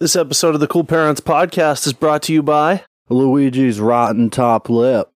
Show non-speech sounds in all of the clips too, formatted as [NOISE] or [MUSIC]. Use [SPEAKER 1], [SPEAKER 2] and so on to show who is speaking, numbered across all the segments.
[SPEAKER 1] This episode of the Cool Parents Podcast is brought to you by
[SPEAKER 2] Luigi's rotten top lip.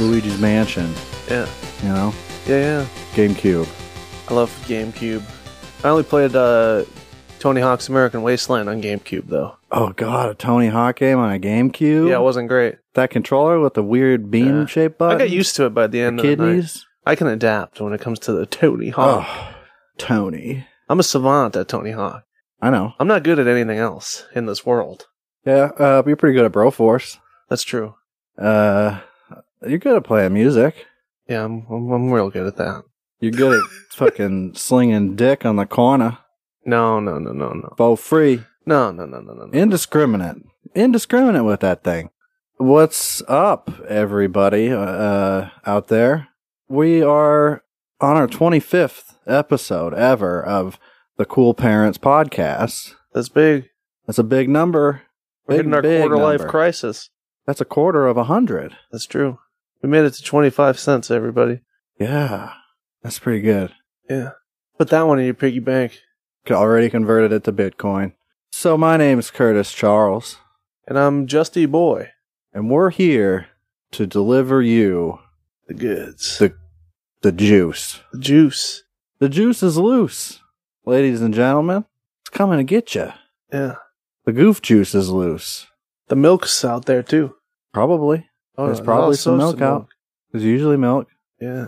[SPEAKER 2] Luigi's Mansion,
[SPEAKER 1] Yeah,
[SPEAKER 2] you know,
[SPEAKER 1] yeah, yeah.
[SPEAKER 2] GameCube.
[SPEAKER 1] I love GameCube. I only played uh, Tony Hawk's American Wasteland on GameCube though.
[SPEAKER 2] Oh god, a Tony Hawk game on a GameCube.
[SPEAKER 1] Yeah, it wasn't great.
[SPEAKER 2] that controller with the weird beam
[SPEAKER 1] Yeah.
[SPEAKER 2] shaped button.
[SPEAKER 1] I got used to it by the end of the night.
[SPEAKER 2] kidneys.
[SPEAKER 1] I can adapt when it comes to the Tony Hawk.
[SPEAKER 2] Oh, Tony.
[SPEAKER 1] I'm a savant at Tony Hawk.
[SPEAKER 2] I know.
[SPEAKER 1] I'm not good at anything else in this world.
[SPEAKER 2] Yeah, uh, you're pretty good at Broforce.
[SPEAKER 1] That's true.
[SPEAKER 2] Uh, you're good at playing music.
[SPEAKER 1] Yeah, I'm, I'm, I'm real good at that.
[SPEAKER 2] You're good
[SPEAKER 1] [LAUGHS]
[SPEAKER 2] at fucking slinging dick on the corner.
[SPEAKER 1] No, no, no, no, no,
[SPEAKER 2] Both free.
[SPEAKER 1] no, no, no, no, no. no.
[SPEAKER 2] indiscriminate indiscriminate with that thing what's up everybody uh out there we are on our 25th episode ever of the cool parents podcast
[SPEAKER 1] That's big.
[SPEAKER 2] that's a big number
[SPEAKER 1] We're
[SPEAKER 2] Big,
[SPEAKER 1] hitting our
[SPEAKER 2] big
[SPEAKER 1] quarter life
[SPEAKER 2] number.
[SPEAKER 1] crisis.
[SPEAKER 2] that's a quarter of a hundred
[SPEAKER 1] That's true. We made it to 25 cents, everybody.
[SPEAKER 2] yeah that's pretty good
[SPEAKER 1] Yeah. Put that one in your piggy bank.
[SPEAKER 2] C- already converted it to bitcoin so my name's curtis charles
[SPEAKER 1] And I'm Justy Boy.
[SPEAKER 2] and we're here to deliver you
[SPEAKER 1] The goods.
[SPEAKER 2] The- the juice
[SPEAKER 1] The juice.
[SPEAKER 2] The juice is loose, ladies and gentlemen. It's coming to get you.
[SPEAKER 1] Yeah.
[SPEAKER 2] The goof juice is loose.
[SPEAKER 1] The milk's out there, too.
[SPEAKER 2] Probably.
[SPEAKER 1] Oh,
[SPEAKER 2] There's
[SPEAKER 1] no,
[SPEAKER 2] probably
[SPEAKER 1] there's
[SPEAKER 2] some
[SPEAKER 1] also
[SPEAKER 2] milk out. There's usually milk.
[SPEAKER 1] Yeah.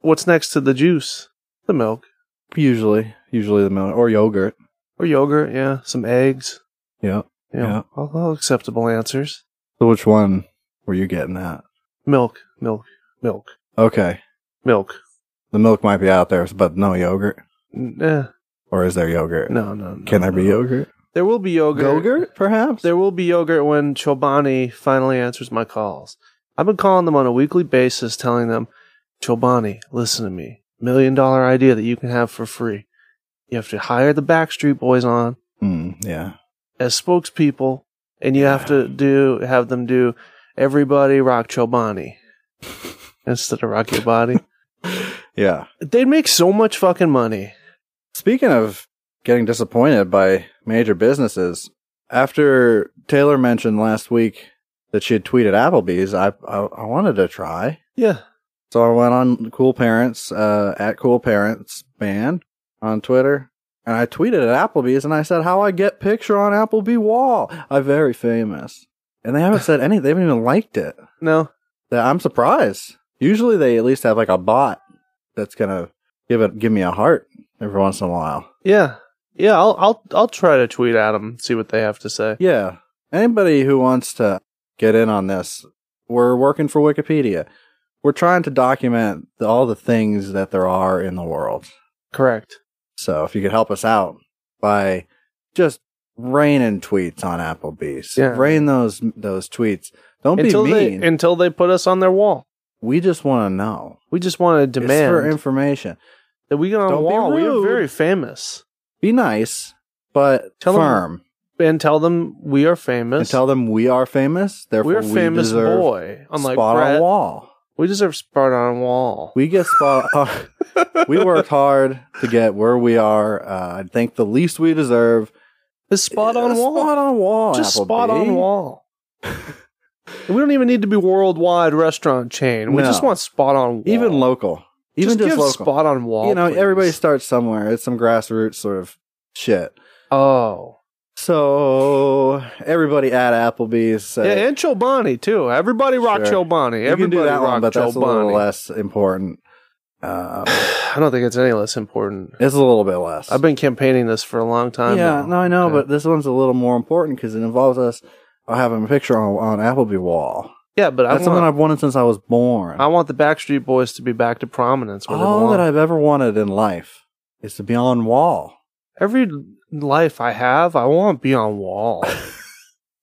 [SPEAKER 1] What's next to the juice? The milk.
[SPEAKER 2] Usually. Usually the milk. Or yogurt.
[SPEAKER 1] Or yogurt, yeah. Some eggs.
[SPEAKER 2] Yeah.
[SPEAKER 1] You know,
[SPEAKER 2] Yeah.
[SPEAKER 1] all, all acceptable answers.
[SPEAKER 2] So which one were you getting at?
[SPEAKER 1] Milk, milk, milk,
[SPEAKER 2] Okay.
[SPEAKER 1] milk.
[SPEAKER 2] The milk might be out there, but no yogurt.
[SPEAKER 1] N- eh,
[SPEAKER 2] Or is there yogurt?
[SPEAKER 1] no, no, no.
[SPEAKER 2] Can there be
[SPEAKER 1] no.
[SPEAKER 2] yogurt?
[SPEAKER 1] There will be yogurt.
[SPEAKER 2] Gogurt, perhaps?
[SPEAKER 1] There will be yogurt when Chobani finally answers my calls. I've been calling them on a weekly basis, telling them, Chobani, listen to me. Million dollar idea that you can have for free. You have to hire the Backstreet Boys on
[SPEAKER 2] Mm, yeah.
[SPEAKER 1] as spokespeople, and you have to do have them do everybody rock [LAUGHS] Chobani instead of rock your body.
[SPEAKER 2] Yeah.
[SPEAKER 1] They'd make so much fucking money.
[SPEAKER 2] Speaking of getting disappointed by major businesses, after Taylor mentioned last week that she had tweeted Applebee's, I I, I wanted to try,
[SPEAKER 1] Yeah,
[SPEAKER 2] so I went on Cool Parents uh, at Cool Parents Band on Twitter, and I tweeted at Applebee's and I said how I get picture on Applebee wall. I'm very famous, and they haven't said anything. They haven't even liked it.
[SPEAKER 1] no,
[SPEAKER 2] That I'm surprised. Usually they at least have like a bot that's gonna give it give me a heart every once in a while.
[SPEAKER 1] yeah, yeah. I'll I'll I'll try to tweet at them, see what they have to say.
[SPEAKER 2] Yeah. Anybody who wants to get in on this, we're working for Wikipedia. We're trying to document the, all the things that there are in the world.
[SPEAKER 1] Correct.
[SPEAKER 2] So if you could help us out by just raining tweets on Applebee's,
[SPEAKER 1] Yeah.
[SPEAKER 2] rain those those tweets. Don't
[SPEAKER 1] until
[SPEAKER 2] be mean.
[SPEAKER 1] they until they put us on their wall.
[SPEAKER 2] we just want to know.
[SPEAKER 1] We just want to
[SPEAKER 2] It's
[SPEAKER 1] demand
[SPEAKER 2] for information.
[SPEAKER 1] that we get on the
[SPEAKER 2] Don't be
[SPEAKER 1] wall. We are
[SPEAKER 2] rude.
[SPEAKER 1] very famous,
[SPEAKER 2] Be nice, but
[SPEAKER 1] Tell 'em-
[SPEAKER 2] firm,
[SPEAKER 1] and tell them we are famous.
[SPEAKER 2] and tell them we are famous. Therefore,
[SPEAKER 1] we're
[SPEAKER 2] we
[SPEAKER 1] famous
[SPEAKER 2] deserve
[SPEAKER 1] boy. Unlike
[SPEAKER 2] spot
[SPEAKER 1] Brett,
[SPEAKER 2] on wall.
[SPEAKER 1] we deserve spot on wall.
[SPEAKER 2] We get
[SPEAKER 1] [LAUGHS]
[SPEAKER 2] spot. we worked hard to get where we are. Uh, I think the least we deserve.
[SPEAKER 1] It's spot on
[SPEAKER 2] is
[SPEAKER 1] wall.
[SPEAKER 2] Spot on wall.
[SPEAKER 1] Just spot on
[SPEAKER 2] Applebee. [LAUGHS]
[SPEAKER 1] wall. we don't even need to be worldwide restaurant chain. We
[SPEAKER 2] No.
[SPEAKER 1] just want spot on wall.
[SPEAKER 2] Even local. Even
[SPEAKER 1] Just,
[SPEAKER 2] just,
[SPEAKER 1] give
[SPEAKER 2] local.
[SPEAKER 1] spot on wall.
[SPEAKER 2] you know,
[SPEAKER 1] please.
[SPEAKER 2] everybody starts somewhere. It's some grassroots sort of shit.
[SPEAKER 1] Oh,
[SPEAKER 2] So everybody at Applebee's. Said,
[SPEAKER 1] yeah, and Chobani too. Everybody rock
[SPEAKER 2] Sure.
[SPEAKER 1] Chobani.
[SPEAKER 2] you can
[SPEAKER 1] Everybody
[SPEAKER 2] do that
[SPEAKER 1] rock
[SPEAKER 2] one, but that's a little
[SPEAKER 1] Chobani.
[SPEAKER 2] less important. Uh,
[SPEAKER 1] [SIGHS] I don't think it's any less important.
[SPEAKER 2] it's a little bit less.
[SPEAKER 1] I've been campaigning this for a long time.
[SPEAKER 2] yeah,
[SPEAKER 1] now.
[SPEAKER 2] no, I know,
[SPEAKER 1] Yeah.
[SPEAKER 2] but this one's a little more important because it involves us having a picture on on Applebee wall.
[SPEAKER 1] Yeah, but I
[SPEAKER 2] That's something
[SPEAKER 1] want,
[SPEAKER 2] I've wanted since I was born.
[SPEAKER 1] I want the Backstreet Boys to be back to prominence. Where they
[SPEAKER 2] All
[SPEAKER 1] belong.
[SPEAKER 2] Oh, that I've ever wanted in life is to be on wall.
[SPEAKER 1] Every life I have, I want to be on wall.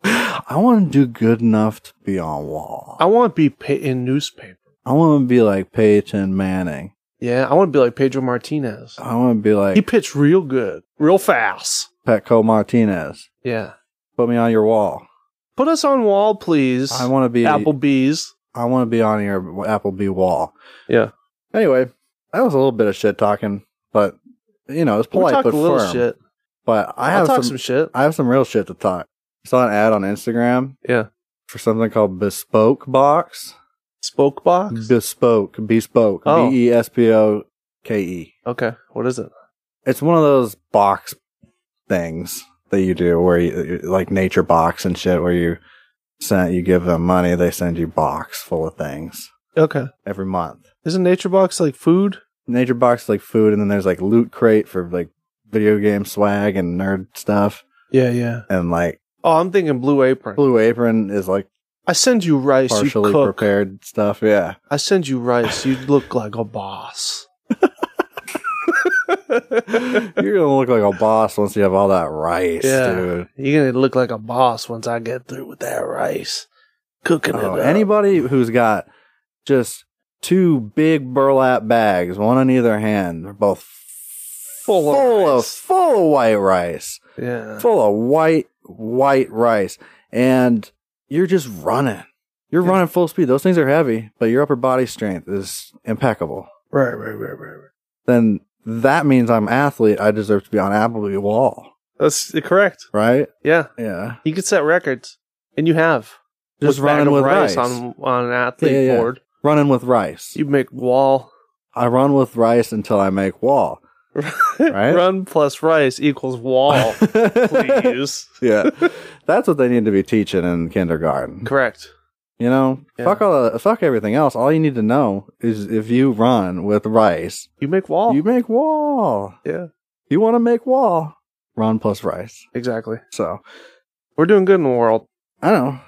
[SPEAKER 2] I want to do good enough to be on wall.
[SPEAKER 1] I want to be pa- in newspaper.
[SPEAKER 2] I want to be like Peyton Manning.
[SPEAKER 1] Yeah, I want to be like Pedro Martinez.
[SPEAKER 2] I want to be like
[SPEAKER 1] He pitched real good, real fast.
[SPEAKER 2] Petco Martinez.
[SPEAKER 1] Yeah.
[SPEAKER 2] Put me on your wall.
[SPEAKER 1] Put us on wall, please.
[SPEAKER 2] I want to be
[SPEAKER 1] Applebee's.
[SPEAKER 2] I want to be on your Applebee wall.
[SPEAKER 1] Yeah.
[SPEAKER 2] Anyway, that was a little bit of shit talking, but you know it's
[SPEAKER 1] We
[SPEAKER 2] polite
[SPEAKER 1] talked
[SPEAKER 2] but
[SPEAKER 1] a little
[SPEAKER 2] firm.
[SPEAKER 1] shit.
[SPEAKER 2] But I
[SPEAKER 1] I
[SPEAKER 2] have
[SPEAKER 1] will
[SPEAKER 2] some,
[SPEAKER 1] talk some shit.
[SPEAKER 2] I have some real shit to talk. I saw an ad on Instagram.
[SPEAKER 1] Yeah.
[SPEAKER 2] For something called Bespoke Box.
[SPEAKER 1] Spoke box.
[SPEAKER 2] Bespoke, bespoke,
[SPEAKER 1] Oh.
[SPEAKER 2] B E S P O K E.
[SPEAKER 1] Okay, what is it?
[SPEAKER 2] It's one of those box things that you do where you like nature box and shit where you send you give them money, they send you box full of things
[SPEAKER 1] Okay,
[SPEAKER 2] every month.
[SPEAKER 1] isn't Nature Box like food?
[SPEAKER 2] Nature box is like food and then there's like loot crate for like video game swag and nerd stuff
[SPEAKER 1] Yeah, yeah.
[SPEAKER 2] and like
[SPEAKER 1] Oh, I'm thinking Blue Apron.
[SPEAKER 2] blue apron is like
[SPEAKER 1] I send you rice.
[SPEAKER 2] partially
[SPEAKER 1] you cook.
[SPEAKER 2] prepared stuff, yeah.
[SPEAKER 1] I send you rice. You look like a
[SPEAKER 2] [LAUGHS]
[SPEAKER 1] boss.
[SPEAKER 2] You're gonna look like a boss once you have all that rice,
[SPEAKER 1] Yeah.
[SPEAKER 2] dude.
[SPEAKER 1] You're gonna look like a boss once I get through with that rice, cooking
[SPEAKER 2] Oh,
[SPEAKER 1] it. up.
[SPEAKER 2] anybody who's got just two big burlap bags, one on either hand, they're both
[SPEAKER 1] Full of
[SPEAKER 2] full of
[SPEAKER 1] rice.
[SPEAKER 2] full of white rice,
[SPEAKER 1] Yeah.
[SPEAKER 2] full of white white rice, and you're just running. You're
[SPEAKER 1] Yeah.
[SPEAKER 2] running full speed. Those things are heavy, but your upper body strength is impeccable.
[SPEAKER 1] Right, right, right, right, right.
[SPEAKER 2] Then that means I'm athlete. I deserve to be on Applebee Wall,
[SPEAKER 1] That's correct.
[SPEAKER 2] right?
[SPEAKER 1] Yeah,
[SPEAKER 2] Yeah,
[SPEAKER 1] you could set records, and you have
[SPEAKER 2] just
[SPEAKER 1] bag
[SPEAKER 2] running
[SPEAKER 1] of
[SPEAKER 2] with rice.
[SPEAKER 1] on on an athlete
[SPEAKER 2] Yeah, yeah.
[SPEAKER 1] board.
[SPEAKER 2] running with rice.
[SPEAKER 1] You make wall. [LAUGHS]
[SPEAKER 2] I run with rice until I make wall.
[SPEAKER 1] Run plus rice equals
[SPEAKER 2] [LAUGHS]
[SPEAKER 1] wall. Oh, Please.
[SPEAKER 2] yeah, that's what they need to be teaching in kindergarten.
[SPEAKER 1] Correct.
[SPEAKER 2] You know,
[SPEAKER 1] Yeah.
[SPEAKER 2] fuck all, the, fuck everything else. All you need to know is if you run with rice,
[SPEAKER 1] You make wall.
[SPEAKER 2] you make wall.
[SPEAKER 1] Oh. Yeah.
[SPEAKER 2] you want to make wall. Run plus rice.
[SPEAKER 1] exactly.
[SPEAKER 2] So
[SPEAKER 1] We're doing good in the world.
[SPEAKER 2] I know,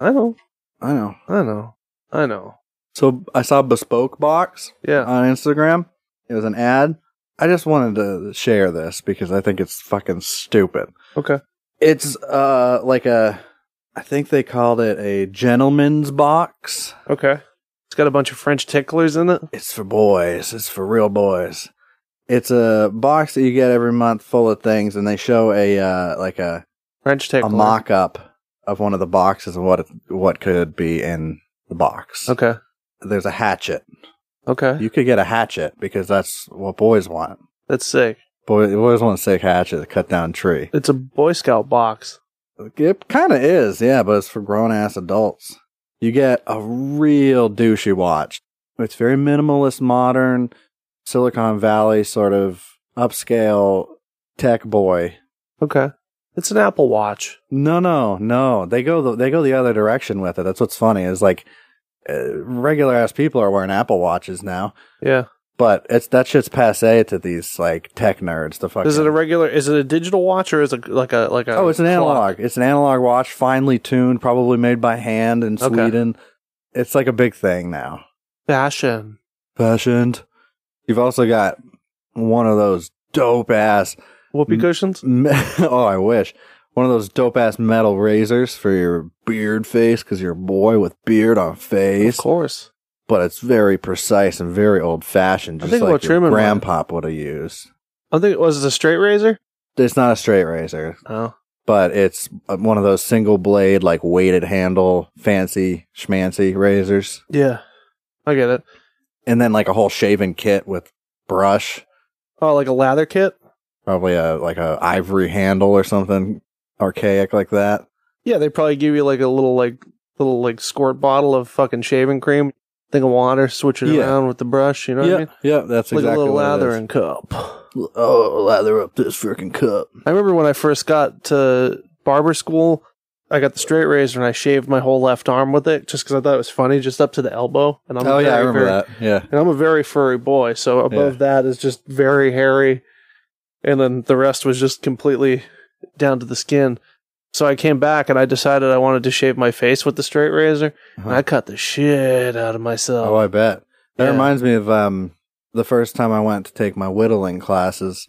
[SPEAKER 1] I know.
[SPEAKER 2] I know.
[SPEAKER 1] I know. I know.
[SPEAKER 2] So I saw bespoke box
[SPEAKER 1] Yeah.
[SPEAKER 2] on Instagram. It was an ad. I just wanted to share this because I think it's fucking stupid.
[SPEAKER 1] Okay.
[SPEAKER 2] It's uh like a I think they called it a gentleman's box.
[SPEAKER 1] Okay. It's got a bunch of French ticklers in it.
[SPEAKER 2] It's for boys. It's for real boys. It's a box that you get every month full of things and they show a uh like a
[SPEAKER 1] French tickler.
[SPEAKER 2] a mock up of one of the boxes and what it, what could be in the box.
[SPEAKER 1] Okay.
[SPEAKER 2] There's a hatchet.
[SPEAKER 1] Okay.
[SPEAKER 2] You could get a hatchet because that's what boys want.
[SPEAKER 1] That's sick.
[SPEAKER 2] Boy, boys want a sick hatchet to cut down a tree.
[SPEAKER 1] It's a Boy Scout box.
[SPEAKER 2] It kind of is, yeah, but it's for grown ass adults. You get a real douchey watch. It's very minimalist, modern, Silicon Valley sort of upscale tech boy.
[SPEAKER 1] Okay. It's an Apple Watch.
[SPEAKER 2] No, no, no. They go the, they go the other direction with it. That's what's funny is like uh, regular ass people are wearing Apple watches now,
[SPEAKER 1] Yeah.
[SPEAKER 2] but it's that shit's passe to these like tech nerds. The fuck
[SPEAKER 1] Is it a regular? Is it a digital watch or is it like a like a?
[SPEAKER 2] Oh, it's an
[SPEAKER 1] clock?
[SPEAKER 2] analog. It's an analog watch, finely tuned, probably made by hand in
[SPEAKER 1] Okay.
[SPEAKER 2] Sweden. It's like a big thing now.
[SPEAKER 1] fashion.
[SPEAKER 2] Fashioned. You've also got one of those dope ass.
[SPEAKER 1] Whoopee
[SPEAKER 2] Mm.
[SPEAKER 1] cushions.
[SPEAKER 2] Me- [LAUGHS] oh, I wish one of those dope ass metal razors for your beard face because you're a boy with beard on
[SPEAKER 1] Of
[SPEAKER 2] face.
[SPEAKER 1] course.
[SPEAKER 2] But it's very precise and very old fashioned,
[SPEAKER 1] I
[SPEAKER 2] just
[SPEAKER 1] think
[SPEAKER 2] like
[SPEAKER 1] what
[SPEAKER 2] your
[SPEAKER 1] Truman wanted.
[SPEAKER 2] grandpop would have used.
[SPEAKER 1] I think was it a straight razor.
[SPEAKER 2] It's not a straight razor.
[SPEAKER 1] Oh.
[SPEAKER 2] but it's uh, one of those single blade, like weighted handle, fancy schmancy razors,
[SPEAKER 1] Yeah. I get it.
[SPEAKER 2] and then like a whole shaving kit with brush,
[SPEAKER 1] Oh, like a lather kit.
[SPEAKER 2] probably a like a ivory handle or something archaic like that.
[SPEAKER 1] Yeah, they probably give you like a little like little like squirt bottle of fucking shaving cream, thing of water, switch it
[SPEAKER 2] Yeah.
[SPEAKER 1] around with the brush. You know what I mean?
[SPEAKER 2] yeah, that's
[SPEAKER 1] like a
[SPEAKER 2] exactly
[SPEAKER 1] little
[SPEAKER 2] what it is.
[SPEAKER 1] lathering cup. I
[SPEAKER 2] L- Oh, lather up this freaking cup.
[SPEAKER 1] remember when I first got to barber school, I got the straight razor and I shaved my whole left arm with it just because I thought it was funny, just up to the elbow. And I'm
[SPEAKER 2] oh
[SPEAKER 1] a
[SPEAKER 2] yeah, I
[SPEAKER 1] very,
[SPEAKER 2] remember
[SPEAKER 1] very-
[SPEAKER 2] that. Yeah,
[SPEAKER 1] And I'm a very furry boy, so above that is just very hairy, and then the rest was just completely down to the skin. So I came back and I decided I wanted to shave my face with the straight razor. And I cut the shit out of myself.
[SPEAKER 2] Uh-huh. Oh, I bet. That
[SPEAKER 1] Yeah.
[SPEAKER 2] reminds me of um, the first time I went to take my whittling classes.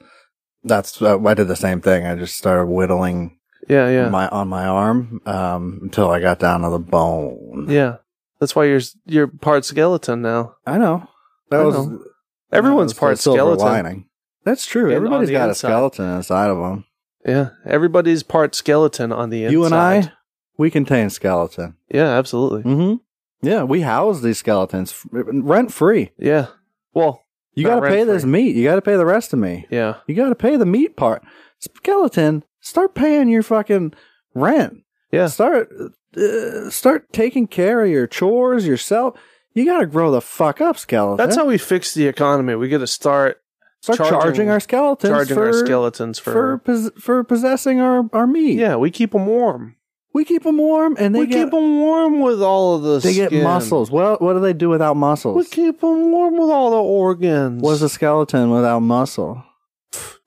[SPEAKER 2] That's uh, I did the same thing. I just started whittling
[SPEAKER 1] yeah, yeah,
[SPEAKER 2] my on my arm um, until I got down to the bone.
[SPEAKER 1] yeah. That's why you're you're part skeleton now.
[SPEAKER 2] I know. That
[SPEAKER 1] I
[SPEAKER 2] was
[SPEAKER 1] know. Everyone's
[SPEAKER 2] that was the
[SPEAKER 1] part
[SPEAKER 2] silver
[SPEAKER 1] skeleton.
[SPEAKER 2] lining. That's true.
[SPEAKER 1] And on
[SPEAKER 2] Everybody's
[SPEAKER 1] the
[SPEAKER 2] got
[SPEAKER 1] inside.
[SPEAKER 2] a skeleton inside of them.
[SPEAKER 1] Yeah, everybody's part skeleton on the inside.
[SPEAKER 2] You and I, we contain skeleton.
[SPEAKER 1] Yeah, absolutely.
[SPEAKER 2] Mm-hmm. Yeah, we house these skeletons rent free.
[SPEAKER 1] Yeah. Well,
[SPEAKER 2] You
[SPEAKER 1] Not
[SPEAKER 2] got to pay this
[SPEAKER 1] rent-free.
[SPEAKER 2] meat. You got to pay the rest of me.
[SPEAKER 1] yeah.
[SPEAKER 2] You got to pay the meat part. Skeleton, start paying your fucking rent.
[SPEAKER 1] Yeah.
[SPEAKER 2] Start uh, start taking care of your chores yourself. You got to grow the fuck up, skeleton.
[SPEAKER 1] That's how we fix the economy. We got to start
[SPEAKER 2] start
[SPEAKER 1] charging-
[SPEAKER 2] charging, our skeletons
[SPEAKER 1] charging
[SPEAKER 2] for,
[SPEAKER 1] our skeletons for,
[SPEAKER 2] for pos- for possessing our our meat.
[SPEAKER 1] Yeah, we keep them warm.
[SPEAKER 2] We keep them warm and they
[SPEAKER 1] we
[SPEAKER 2] get
[SPEAKER 1] keep them warm with all of the
[SPEAKER 2] they get
[SPEAKER 1] skin.
[SPEAKER 2] muscles. What what do they do without
[SPEAKER 1] We
[SPEAKER 2] muscles?
[SPEAKER 1] keep them warm with all the organs.
[SPEAKER 2] What's a skeleton without muscle?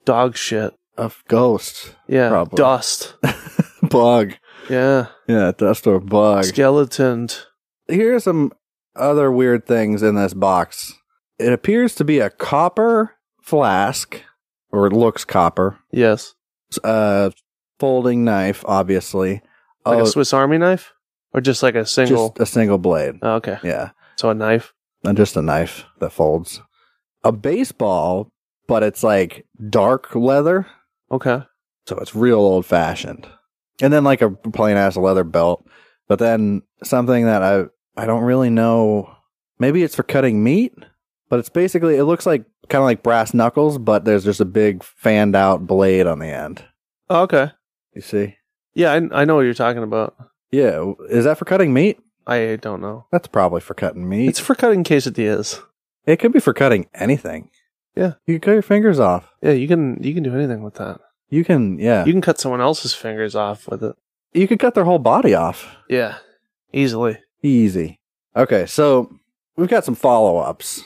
[SPEAKER 1] dog shit?
[SPEAKER 2] A f- ghost, [LAUGHS]
[SPEAKER 1] Yeah,
[SPEAKER 2] Probably. [LAUGHS]
[SPEAKER 1] dust.
[SPEAKER 2] bug.
[SPEAKER 1] Yeah,
[SPEAKER 2] Yeah, dust or bug.
[SPEAKER 1] skeletoned.
[SPEAKER 2] here are some other weird things in this box. It appears to be a copper flask, or it looks copper.
[SPEAKER 1] Yes,
[SPEAKER 2] It's a folding knife, obviously.
[SPEAKER 1] like
[SPEAKER 2] Oh,
[SPEAKER 1] a Swiss Army knife, or just like a single.
[SPEAKER 2] just a single blade.
[SPEAKER 1] Oh, okay,
[SPEAKER 2] Yeah,
[SPEAKER 1] so a knife.
[SPEAKER 2] and uh, just a knife that folds. A baseball, but it's like dark leather,
[SPEAKER 1] Okay,
[SPEAKER 2] so it's real old fashioned. And then like a plain ass leather belt, but then something that I I don't really know. Maybe it's for cutting meat, but it's basically it looks like kind of like brass knuckles, but there's just a big fanned out blade on the end.
[SPEAKER 1] oh, okay.
[SPEAKER 2] You see?
[SPEAKER 1] Yeah, I, I know what you're talking about.
[SPEAKER 2] Yeah, w- is that for cutting meat?
[SPEAKER 1] I don't know.
[SPEAKER 2] That's probably for cutting meat.
[SPEAKER 1] It's for cutting quesadillas.
[SPEAKER 2] it could be for cutting anything.
[SPEAKER 1] Yeah.
[SPEAKER 2] you can cut your fingers off.
[SPEAKER 1] Yeah, you can you can do anything with that.
[SPEAKER 2] You can, yeah,
[SPEAKER 1] You
[SPEAKER 2] you,
[SPEAKER 1] can cut someone else's fingers off with it.
[SPEAKER 2] you could cut their whole body off.
[SPEAKER 1] Yeah, easily.
[SPEAKER 2] Easy. Okay, so we've got some follow ups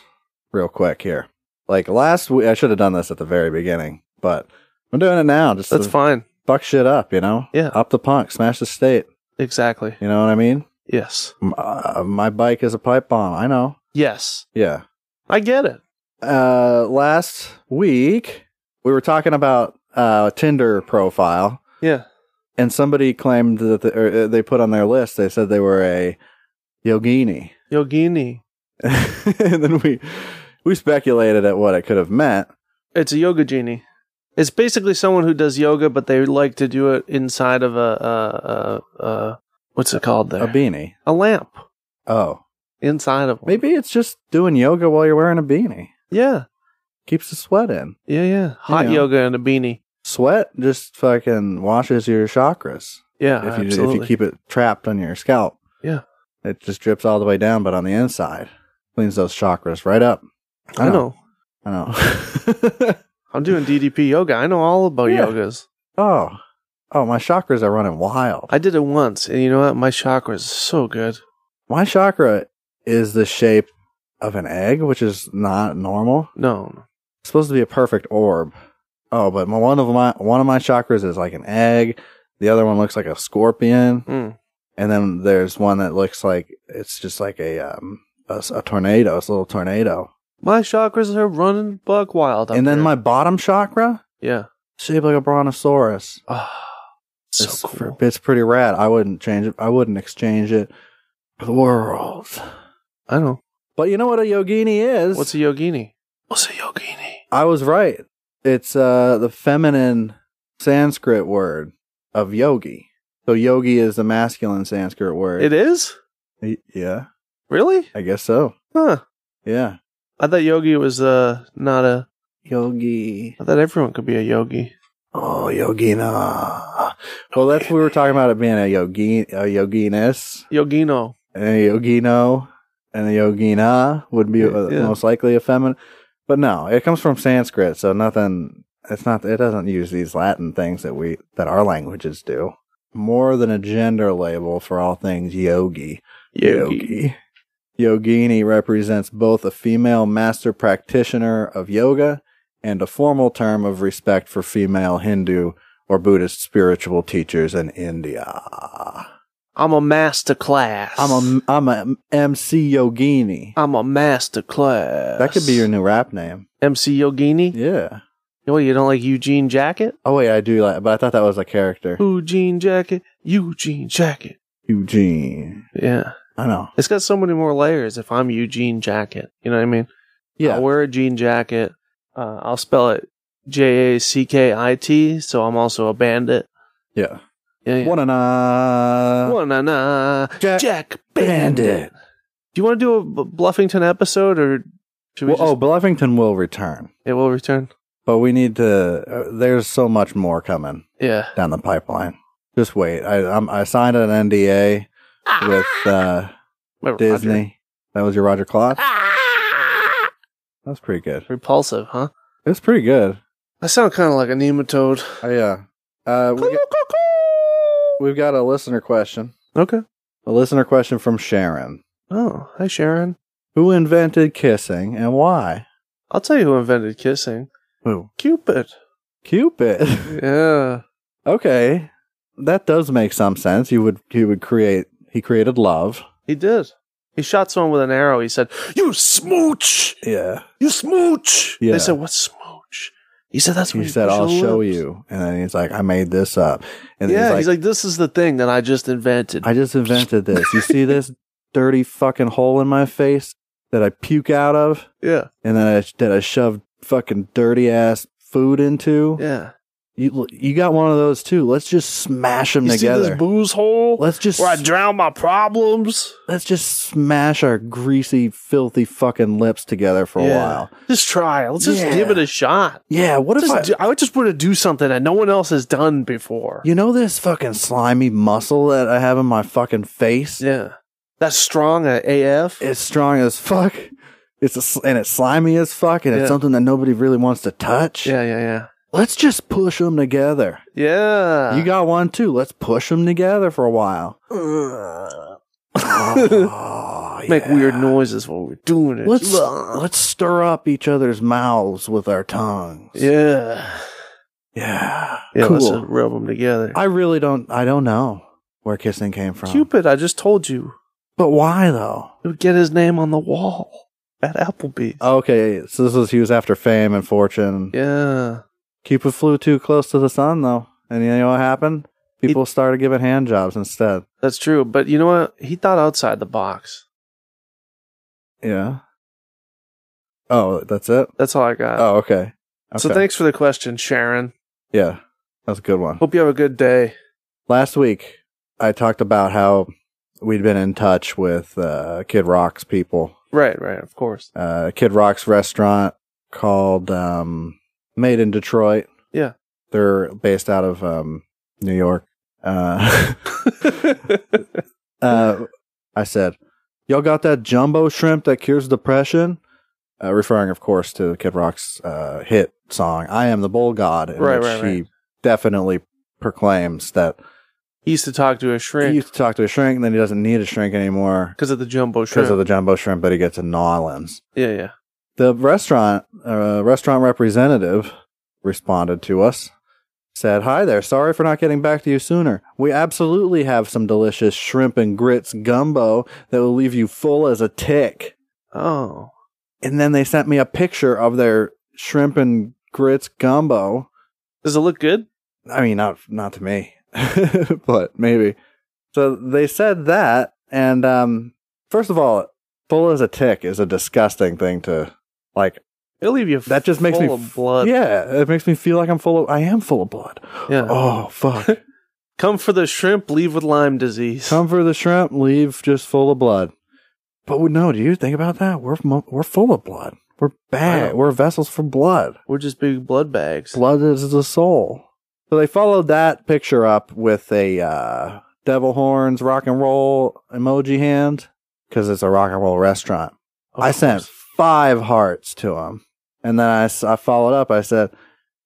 [SPEAKER 2] real quick here. Like last week, I should have done this at the very beginning, but I'm doing it now just
[SPEAKER 1] That's
[SPEAKER 2] to
[SPEAKER 1] fine.
[SPEAKER 2] fuck shit up, you know?
[SPEAKER 1] Yeah.
[SPEAKER 2] Up the punk, smash the state.
[SPEAKER 1] Exactly.
[SPEAKER 2] You know what I mean?
[SPEAKER 1] Yes.
[SPEAKER 2] M- uh, my bike is a pipe bomb. I know.
[SPEAKER 1] Yes.
[SPEAKER 2] Yeah.
[SPEAKER 1] I get it.
[SPEAKER 2] Uh, last week, we were talking about uh, Tinder profile,
[SPEAKER 1] Yeah.
[SPEAKER 2] and somebody claimed that the, or, uh, they put on their list, they said they were a yogini.
[SPEAKER 1] Yogini.
[SPEAKER 2] [LAUGHS] and then we we speculated at what it could have meant.
[SPEAKER 1] It's a yoga genie. It's basically someone who does yoga, but they like to do it inside of a, a, a, a what's it called there?
[SPEAKER 2] A beanie.
[SPEAKER 1] A lamp
[SPEAKER 2] Oh,
[SPEAKER 1] inside of one.
[SPEAKER 2] maybe it's just doing yoga while you're wearing a beanie.
[SPEAKER 1] Yeah.
[SPEAKER 2] Keeps the sweat in.
[SPEAKER 1] Yeah. Yeah. Hot
[SPEAKER 2] Yeah.
[SPEAKER 1] yoga and a beanie.
[SPEAKER 2] Sweat just fucking washes your chakras
[SPEAKER 1] Yeah.
[SPEAKER 2] if you
[SPEAKER 1] Uh, absolutely.
[SPEAKER 2] if you keep it trapped on your scalp.
[SPEAKER 1] Yeah.
[SPEAKER 2] it just drips all the way down, but on the inside, cleans those chakras right up.
[SPEAKER 1] I know.
[SPEAKER 2] I know. [LAUGHS]
[SPEAKER 1] I'm doing DDP yoga. I know all about
[SPEAKER 2] Yeah.
[SPEAKER 1] yogas.
[SPEAKER 2] oh, oh, my chakras are running wild.
[SPEAKER 1] I did it once, and you know what? My chakras are so good.
[SPEAKER 2] my chakra is the shape of an egg, which is not normal.
[SPEAKER 1] No.
[SPEAKER 2] It's supposed to be a perfect orb. Oh, but my, one of my one of my chakras is like an egg. The other one looks like a scorpion,
[SPEAKER 1] Mm.
[SPEAKER 2] and then there's one that looks like it's just like a um a, s- a tornado. It's a little tornado.
[SPEAKER 1] My chakras are running buck wild. up
[SPEAKER 2] and then
[SPEAKER 1] here.
[SPEAKER 2] my bottom chakra
[SPEAKER 1] yeah.
[SPEAKER 2] shaped like a brontosaurus.
[SPEAKER 1] Ah, so
[SPEAKER 2] it's,
[SPEAKER 1] cool.
[SPEAKER 2] fr- it's pretty rad. I wouldn't change it. I wouldn't exchange it for the world.
[SPEAKER 1] I know.
[SPEAKER 2] But you know what a yogini is?
[SPEAKER 1] What's a yogini? What's a yogini?
[SPEAKER 2] I was right. It's uh the feminine Sanskrit word of yogi. So yogi is the masculine Sanskrit word.
[SPEAKER 1] It is?
[SPEAKER 2] Y- Yeah,
[SPEAKER 1] Really?
[SPEAKER 2] I guess so.
[SPEAKER 1] Huh.
[SPEAKER 2] Yeah.
[SPEAKER 1] I thought yogi was uh not a
[SPEAKER 2] Yogi.
[SPEAKER 1] I thought everyone could be a yogi.
[SPEAKER 2] Oh, yogina. Well, that's what we were talking about it being a yogi, a yoginess,
[SPEAKER 1] Yogino.
[SPEAKER 2] and a yogino, and a yogina would be uh,
[SPEAKER 1] Yeah.
[SPEAKER 2] most likely a feminine. But no, it comes from Sanskrit, so nothing. It's not. It doesn't use these Latin things that we that our languages do. More than a gender label for all things yogi. Yogi. Yogini represents both a female master practitioner of yoga and a formal term of respect for female Hindu or Buddhist spiritual teachers in India.
[SPEAKER 1] I'm a master class.
[SPEAKER 2] I'm a I'm a MC Yogini.
[SPEAKER 1] I'm a master class.
[SPEAKER 2] That could be your new rap name.
[SPEAKER 1] MC Yogini.
[SPEAKER 2] Yeah.
[SPEAKER 1] What you don't like Eugene Jacket?
[SPEAKER 2] Oh wait, I do like, but I thought that was a character.
[SPEAKER 1] Eugene Jacket. Eugene Jacket.
[SPEAKER 2] Eugene.
[SPEAKER 1] Yeah.
[SPEAKER 2] I know.
[SPEAKER 1] It's got so many more layers if I'm Eugene Jacket. You know what I mean?
[SPEAKER 2] Yeah.
[SPEAKER 1] I'll wear a jean jacket. Uh, I'll spell it J A C K I T, so I'm also a bandit.
[SPEAKER 2] yeah.
[SPEAKER 1] Yeah, yeah.
[SPEAKER 2] One and uh,
[SPEAKER 1] One na na.
[SPEAKER 2] Jack,
[SPEAKER 1] Jack Bandit.
[SPEAKER 2] Bandit.
[SPEAKER 1] Do you want to do a B- Bluffington episode or should we
[SPEAKER 2] Well, oh,
[SPEAKER 1] just,
[SPEAKER 2] Bluffington will return,
[SPEAKER 1] it will return?
[SPEAKER 2] but we need to. Uh, there's so much more coming
[SPEAKER 1] Yeah.
[SPEAKER 2] down the pipeline. Just wait. I I'm, I signed an NDA with
[SPEAKER 1] Ah!
[SPEAKER 2] uh,
[SPEAKER 1] Remember Roger?
[SPEAKER 2] Disney. That was your Roger Cloth.
[SPEAKER 1] Ah!
[SPEAKER 2] That was pretty good.
[SPEAKER 1] Repulsive, huh?
[SPEAKER 2] It was pretty good.
[SPEAKER 1] I sound kind of like a nematode.
[SPEAKER 2] Oh yeah. Uh, we got, we've got a listener question.
[SPEAKER 1] Okay.
[SPEAKER 2] A listener question from Sharon.
[SPEAKER 1] Oh, hi, Sharon.
[SPEAKER 2] Who invented kissing and why?
[SPEAKER 1] I'll tell you who invented kissing
[SPEAKER 2] Who?
[SPEAKER 1] Cupid.
[SPEAKER 2] Cupid. [LAUGHS]
[SPEAKER 1] Yeah.
[SPEAKER 2] okay. That does make some sense. You would he would create he created love.
[SPEAKER 1] He did. He shot someone with an arrow. He said, You smooch!
[SPEAKER 2] Yeah.
[SPEAKER 1] You smooch!
[SPEAKER 2] Yeah.
[SPEAKER 1] They said, What's smooch? He said, That's what
[SPEAKER 2] He said, I'll show you. And then he's like, I made this up. And
[SPEAKER 1] yeah,
[SPEAKER 2] he's, like,
[SPEAKER 1] This is the thing that I just invented.
[SPEAKER 2] I just invented this. You see
[SPEAKER 1] [LAUGHS]
[SPEAKER 2] this dirty fucking hole in my face that I puke out of
[SPEAKER 1] yeah.
[SPEAKER 2] and then I that I shoved fucking dirty ass food into?
[SPEAKER 1] Yeah.
[SPEAKER 2] You you got one of those too. Let's just smash them
[SPEAKER 1] You see
[SPEAKER 2] together.
[SPEAKER 1] this booze hole
[SPEAKER 2] Let's just
[SPEAKER 1] where I drown my problems?
[SPEAKER 2] let's just smash our greasy, filthy fucking lips together for a
[SPEAKER 1] Yeah.
[SPEAKER 2] while.
[SPEAKER 1] Just try it. Let's just
[SPEAKER 2] Yeah.
[SPEAKER 1] give it a shot.
[SPEAKER 2] Yeah, what if
[SPEAKER 1] Just
[SPEAKER 2] I,
[SPEAKER 1] do- I would just want to do something that no one else has done before.
[SPEAKER 2] you know this fucking slimy muscle that I have in my fucking face?
[SPEAKER 1] Yeah. That's strong uh, at AF.
[SPEAKER 2] It's strong as fuck. It's a, sl- and it's slimy as fuck, and
[SPEAKER 1] Yeah.
[SPEAKER 2] it's something that nobody really wants to touch.
[SPEAKER 1] yeah, yeah, yeah.
[SPEAKER 2] Let's just push them together.
[SPEAKER 1] Yeah. [LAUGHS]
[SPEAKER 2] you got one too. Let's push them together for a while. [LAUGHS] Oh,
[SPEAKER 1] Make
[SPEAKER 2] yeah.
[SPEAKER 1] weird noises while we're doing it.
[SPEAKER 2] Let's
[SPEAKER 1] Ugh.
[SPEAKER 2] let's stir up each other's mouths with our tongues.
[SPEAKER 1] Yeah.
[SPEAKER 2] Yeah.
[SPEAKER 1] Yeah,
[SPEAKER 2] cool.
[SPEAKER 1] let's just rub them together.
[SPEAKER 2] I really don't. I don't know where kissing came from.
[SPEAKER 1] Cupid, I just told you,
[SPEAKER 2] But why though?
[SPEAKER 1] he would get his name on the wall at Applebee's.
[SPEAKER 2] Oh. Okay, so this was he was after fame and fortune.
[SPEAKER 1] yeah.
[SPEAKER 2] Cupid flew too close to the sun though, and you know what happened? People started giving hand jobs instead.
[SPEAKER 1] That's true. But you know what? He thought outside the box.
[SPEAKER 2] Yeah. Oh, that's it.
[SPEAKER 1] That's all I got.
[SPEAKER 2] Oh, okay. okay.
[SPEAKER 1] So thanks for the question, Sharon.
[SPEAKER 2] Yeah, that's a good one.
[SPEAKER 1] Hope you have a good day.
[SPEAKER 2] Last week, I talked about how we'd been in touch with uh, Kid Rock's people.
[SPEAKER 1] Right, right, of
[SPEAKER 2] [LAUGHS]
[SPEAKER 1] course.
[SPEAKER 2] uh, Kid Rock's restaurant called um, Made in Detroit.
[SPEAKER 1] Yeah.
[SPEAKER 2] They're based out of um, New York. Uh, [LAUGHS] uh, I said, Y'all got that jumbo shrimp that cures depression? Uh, referring, of course, to Kid Rock's uh, hit song, I Am the Bull God, in
[SPEAKER 1] Right,
[SPEAKER 2] which
[SPEAKER 1] right,
[SPEAKER 2] he definitely proclaims that
[SPEAKER 1] he used to talk to a
[SPEAKER 2] he
[SPEAKER 1] shrink
[SPEAKER 2] used to talk to a shrink and then he doesn't need a shrink anymore
[SPEAKER 1] because of the jumbo shrimp.
[SPEAKER 2] because of the jumbo shrimp that he gets in New Orleans.
[SPEAKER 1] yeah, yeah.
[SPEAKER 2] The restaurant uh, restaurant representative responded to us, said, "Hi there. Sorry for not getting back to you sooner. We absolutely have some delicious shrimp and grits gumbo that will leave you full as a tick."
[SPEAKER 1] Oh,
[SPEAKER 2] And then they sent me a picture of their shrimp and grits gumbo.
[SPEAKER 1] does it look good?
[SPEAKER 2] I mean, not not to me, [LAUGHS] but maybe. So they said that, and um, first of all, full as a tick is a disgusting thing to like
[SPEAKER 1] It'll leave you.
[SPEAKER 2] That just makes me
[SPEAKER 1] full of blood.
[SPEAKER 2] Yeah, it makes me feel like I'm full of. I am full of blood.
[SPEAKER 1] Yeah.
[SPEAKER 2] Oh
[SPEAKER 1] [LAUGHS]
[SPEAKER 2] fuck!
[SPEAKER 1] Come for the shrimp, leave with Lyme disease.
[SPEAKER 2] Come for the shrimp, leave just full of blood. But we- no, do you think about that? We're mo- we're full of blood. We're
[SPEAKER 1] I
[SPEAKER 2] bad.
[SPEAKER 1] know.
[SPEAKER 2] We're vessels for blood.
[SPEAKER 1] We're just big blood bags.
[SPEAKER 2] Blood is the soul. So they followed that picture up with a uh, devil horns rock and roll emoji hand because it's a rock and roll restaurant.
[SPEAKER 1] Of
[SPEAKER 2] I
[SPEAKER 1] course.
[SPEAKER 2] sent five hearts to him. And then I, s- I followed up. I said,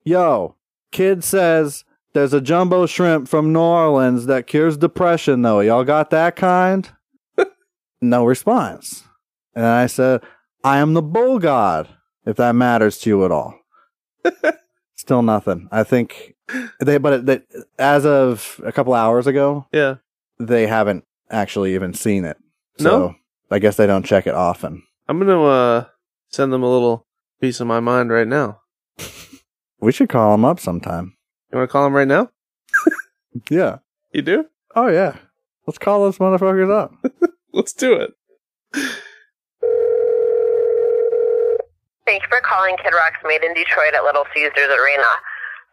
[SPEAKER 2] Yo, kid says there's a jumbo shrimp from New Orleans that cures depression, though. Y'all got
[SPEAKER 1] [LAUGHS]
[SPEAKER 2] that kind? no response. And I said, I am the
[SPEAKER 1] [LAUGHS]
[SPEAKER 2] bull god, if that matters to you at all. Still nothing. I think They, but it, they, as of a couple hours ago,
[SPEAKER 1] Yeah.
[SPEAKER 2] they haven't actually even seen it. So
[SPEAKER 1] No?
[SPEAKER 2] I guess they don't check it often.
[SPEAKER 1] I'm gonna uh send them a little piece of my mind right now.
[SPEAKER 2] We should call them up sometime.
[SPEAKER 1] You wanna call them right now?
[SPEAKER 2] Yeah.
[SPEAKER 1] You do?
[SPEAKER 2] Oh yeah. Let's call those motherfuckers up.
[SPEAKER 1] Let's do it.
[SPEAKER 3] Thank you for calling Kid Rock's Made in Detroit at Little Caesars Arena.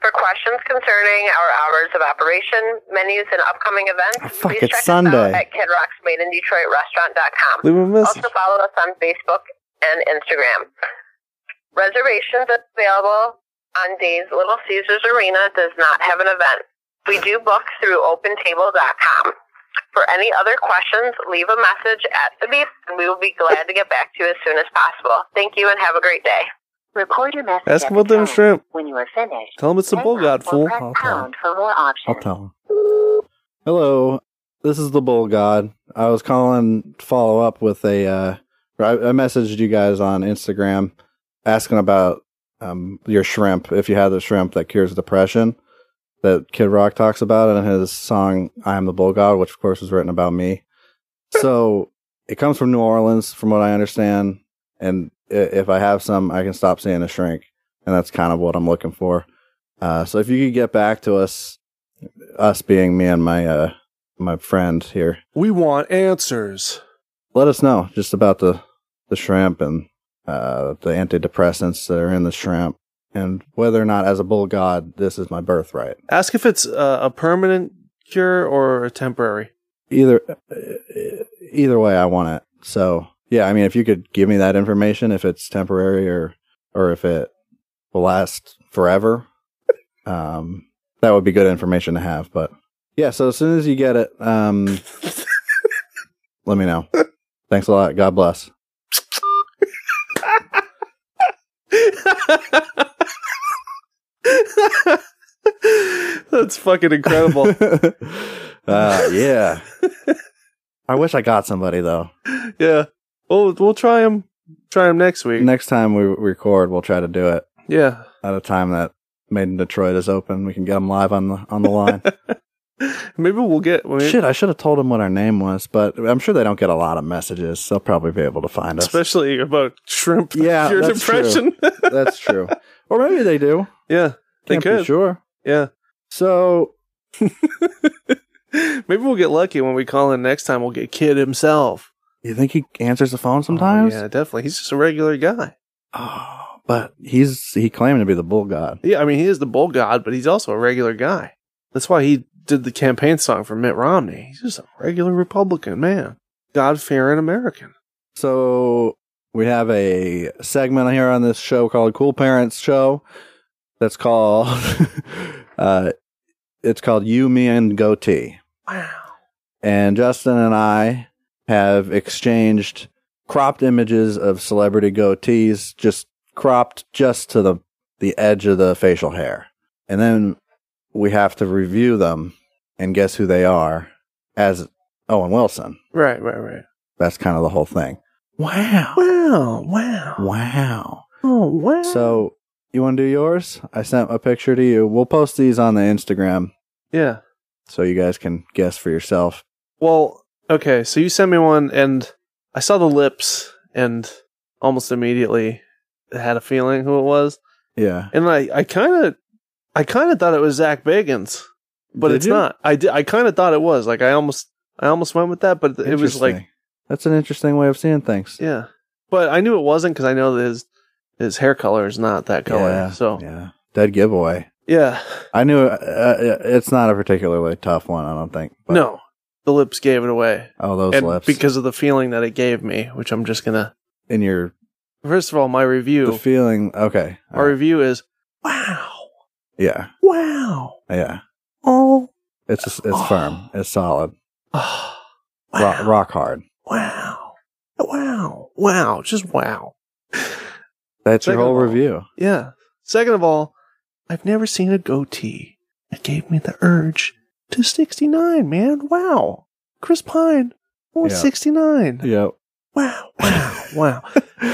[SPEAKER 3] For questions concerning our hours of operation, menus, and upcoming events,
[SPEAKER 2] Oh, fuck,
[SPEAKER 3] please
[SPEAKER 2] it's
[SPEAKER 3] check
[SPEAKER 2] Sunday.
[SPEAKER 3] us out at kidrocksmadeindetroitrestaurant.com.
[SPEAKER 1] Leave a message.
[SPEAKER 3] Also follow us on Facebook and Instagram. Reservations available on days Little Caesars Arena does not have an event. We do book through opentable.com. For any other questions, leave a message at the beep, and we will be glad to get back to you as soon as possible. Thank you and have a great day.
[SPEAKER 4] Record your message.
[SPEAKER 1] Ask
[SPEAKER 4] at
[SPEAKER 1] about
[SPEAKER 4] the
[SPEAKER 1] them
[SPEAKER 4] tone.
[SPEAKER 1] shrimp.
[SPEAKER 4] When you are finished,
[SPEAKER 1] Tell them it's the
[SPEAKER 4] hang
[SPEAKER 1] bull
[SPEAKER 4] up
[SPEAKER 1] god,
[SPEAKER 4] or
[SPEAKER 1] fool.
[SPEAKER 4] press
[SPEAKER 2] Okay.
[SPEAKER 4] pound for more options.
[SPEAKER 2] I'll tell him. Hello, this is the Bull God. I was calling to follow up with a. Uh, I, I messaged you guys on Instagram asking about um, your shrimp. If you had the shrimp that cures depression, that Kid Rock talks about in his song "I Am the Bull God," which of course was written about me. So it comes from New Orleans, from what I understand. And i- if I have some, I can stop seeing a shrink, and that's kind of what I'm looking for. Uh, so if you could get back to us, us being me and my uh, my friend here,
[SPEAKER 1] We want answers.
[SPEAKER 2] let us know just about the the shrimp and uh, the antidepressants that are in the shrimp, and whether or not, as a bull god, this is my birthright.
[SPEAKER 1] Ask if it's uh, a permanent cure or a temporary. [LAUGHS]
[SPEAKER 2] Either either way, I want it. So yeah, I mean, if you could give me that information, if it's temporary or or if it will last forever, um, that would be good information to have. But yeah, so as soon as you get it, um, let me know. Thanks a lot. God bless.
[SPEAKER 1] That's fucking incredible.
[SPEAKER 2] [LAUGHS] uh, yeah. I wish I got somebody though.
[SPEAKER 1] yeah. Well, we'll try him. Try him next week.
[SPEAKER 2] Next time we record, we'll try to do it
[SPEAKER 1] yeah.
[SPEAKER 2] at a time that Made in Detroit is open. We can get them live on the on the line.
[SPEAKER 1] Maybe we'll get. Maybe,
[SPEAKER 2] Shit, I should have told them what our name was, but I'm sure they don't get a lot of messages. So they'll probably be able to find us.
[SPEAKER 1] especially about shrimp [LAUGHS]
[SPEAKER 2] Yeah,
[SPEAKER 1] cure
[SPEAKER 2] that's true.
[SPEAKER 1] depression.
[SPEAKER 2] That's true. [LAUGHS] Or maybe they do.
[SPEAKER 1] yeah, they
[SPEAKER 2] Can't
[SPEAKER 1] could.
[SPEAKER 2] be sure.
[SPEAKER 1] Yeah,
[SPEAKER 2] So
[SPEAKER 1] maybe we'll get lucky when we call in next time. We'll get Kid himself.
[SPEAKER 2] you think he answers the phone
[SPEAKER 1] Oh,
[SPEAKER 2] sometimes?
[SPEAKER 1] yeah, definitely. He's just a regular guy.
[SPEAKER 2] Oh, but he's he claimed to be the bull god.
[SPEAKER 1] Yeah, I mean, he is the bull god, but he's also a regular guy. That's why he did the campaign song for Mitt Romney. He's just a regular Republican man, God fearing American.
[SPEAKER 2] So we have a segment here on this show called Cool Parents Show. That's called [LAUGHS] uh it's called You Me and Goatee.
[SPEAKER 1] Wow.
[SPEAKER 2] And Justin and I have exchanged cropped images of celebrity goatees, just cropped just to the the edge of the facial hair. And then we have to review them and guess who they are as Owen Wilson.
[SPEAKER 1] Right, right, right.
[SPEAKER 2] That's kind of the whole thing. Wow.
[SPEAKER 1] Wow, wow,
[SPEAKER 2] Wow.
[SPEAKER 1] oh, wow.
[SPEAKER 2] So you want to do yours? I sent a picture to you. We'll post these on the Instagram
[SPEAKER 1] yeah.
[SPEAKER 2] so you guys can guess for yourself.
[SPEAKER 1] Well, okay, so you sent me one, and I saw the lips, and almost immediately had a feeling who it was,
[SPEAKER 2] Yeah.
[SPEAKER 1] and I, I kind of, I kind of thought it was Zach Bagans, but
[SPEAKER 2] Did
[SPEAKER 1] it's
[SPEAKER 2] you?
[SPEAKER 1] not. I did, I kind of thought it was like I almost, I almost went with that, but it was like,
[SPEAKER 2] Interesting. that's an interesting way of seeing things.
[SPEAKER 1] yeah, but I knew it wasn't because I know that his his hair color is not that color.
[SPEAKER 2] Yeah,
[SPEAKER 1] so
[SPEAKER 2] yeah, dead giveaway.
[SPEAKER 1] yeah,
[SPEAKER 2] I knew uh, uh, it's not a particularly tough one. I don't think. but-
[SPEAKER 1] no, the lips gave it away,
[SPEAKER 2] Oh, those
[SPEAKER 1] and
[SPEAKER 2] lips.
[SPEAKER 1] because of the feeling that it gave me, which I'm just gonna.
[SPEAKER 2] in your
[SPEAKER 1] First of all, my review.
[SPEAKER 2] the feeling. Okay.
[SPEAKER 1] Our
[SPEAKER 2] Alright.
[SPEAKER 1] review is wow,
[SPEAKER 2] yeah.
[SPEAKER 1] wow,
[SPEAKER 2] Yeah.
[SPEAKER 1] oh, [SIGHS]
[SPEAKER 2] It's just, it's firm. It's solid.
[SPEAKER 1] ah,
[SPEAKER 2] Rock,
[SPEAKER 1] wow,
[SPEAKER 2] rock hard.
[SPEAKER 1] wow, wow, wow, just wow.
[SPEAKER 2] That's
[SPEAKER 1] Second
[SPEAKER 2] your whole
[SPEAKER 1] of all-
[SPEAKER 2] review.
[SPEAKER 1] Yeah. Second of all, I've never seen a goatee. It gave me the urge to 69, man. Wow. Chris Pine, oh,
[SPEAKER 2] Yeah.
[SPEAKER 1] 69.
[SPEAKER 2] Yep.
[SPEAKER 1] Wow, wow, wow.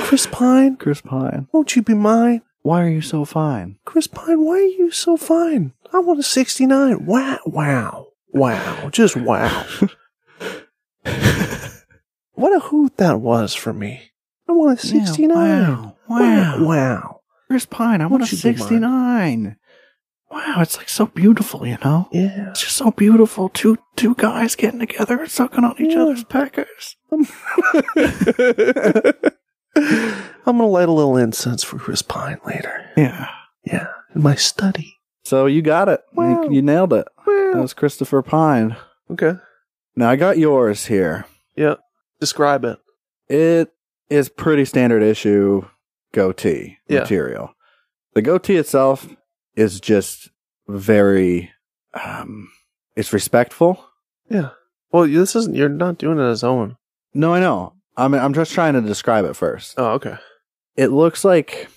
[SPEAKER 1] Chris Pine,
[SPEAKER 2] Chris Pine.
[SPEAKER 1] won't you be mine?
[SPEAKER 2] Why are you so fine?
[SPEAKER 1] Chris Pine, why are you so fine? I want a 69. Wow, wow, wow, just
[SPEAKER 2] [LAUGHS]
[SPEAKER 1] wow. what a hoot that was for me. I want a
[SPEAKER 2] Yeah,
[SPEAKER 1] 69.
[SPEAKER 2] wow, wow.
[SPEAKER 1] wow, wow.
[SPEAKER 2] Chris Pine, I want
[SPEAKER 1] Won't
[SPEAKER 2] a
[SPEAKER 1] you be mine?
[SPEAKER 2] 69. Wow, it's like so beautiful, you know?
[SPEAKER 1] Yeah.
[SPEAKER 2] It's just so beautiful. Two two guys getting together and sucking on each
[SPEAKER 1] Yeah.
[SPEAKER 2] other's [LAUGHS] peckers.
[SPEAKER 1] [LAUGHS] I'm going to light a little incense for Chris Pine later.
[SPEAKER 2] Yeah.
[SPEAKER 1] Yeah, in my study.
[SPEAKER 2] So you got it. You-
[SPEAKER 1] Wow.
[SPEAKER 2] You, nailed it. That
[SPEAKER 1] Wow.
[SPEAKER 2] was Christopher Pine.
[SPEAKER 1] Okay.
[SPEAKER 2] Now I got yours here.
[SPEAKER 1] Yeah. Describe it.
[SPEAKER 2] It is pretty standard issue goatee
[SPEAKER 1] Yeah.
[SPEAKER 2] material. The goatee itself is just very um it's respectful.
[SPEAKER 1] Well, you- this isn't, you're not doing it as Owen.
[SPEAKER 2] No, I know. I mean I'm just trying to describe it first.
[SPEAKER 1] Oh, okay.
[SPEAKER 2] It looks like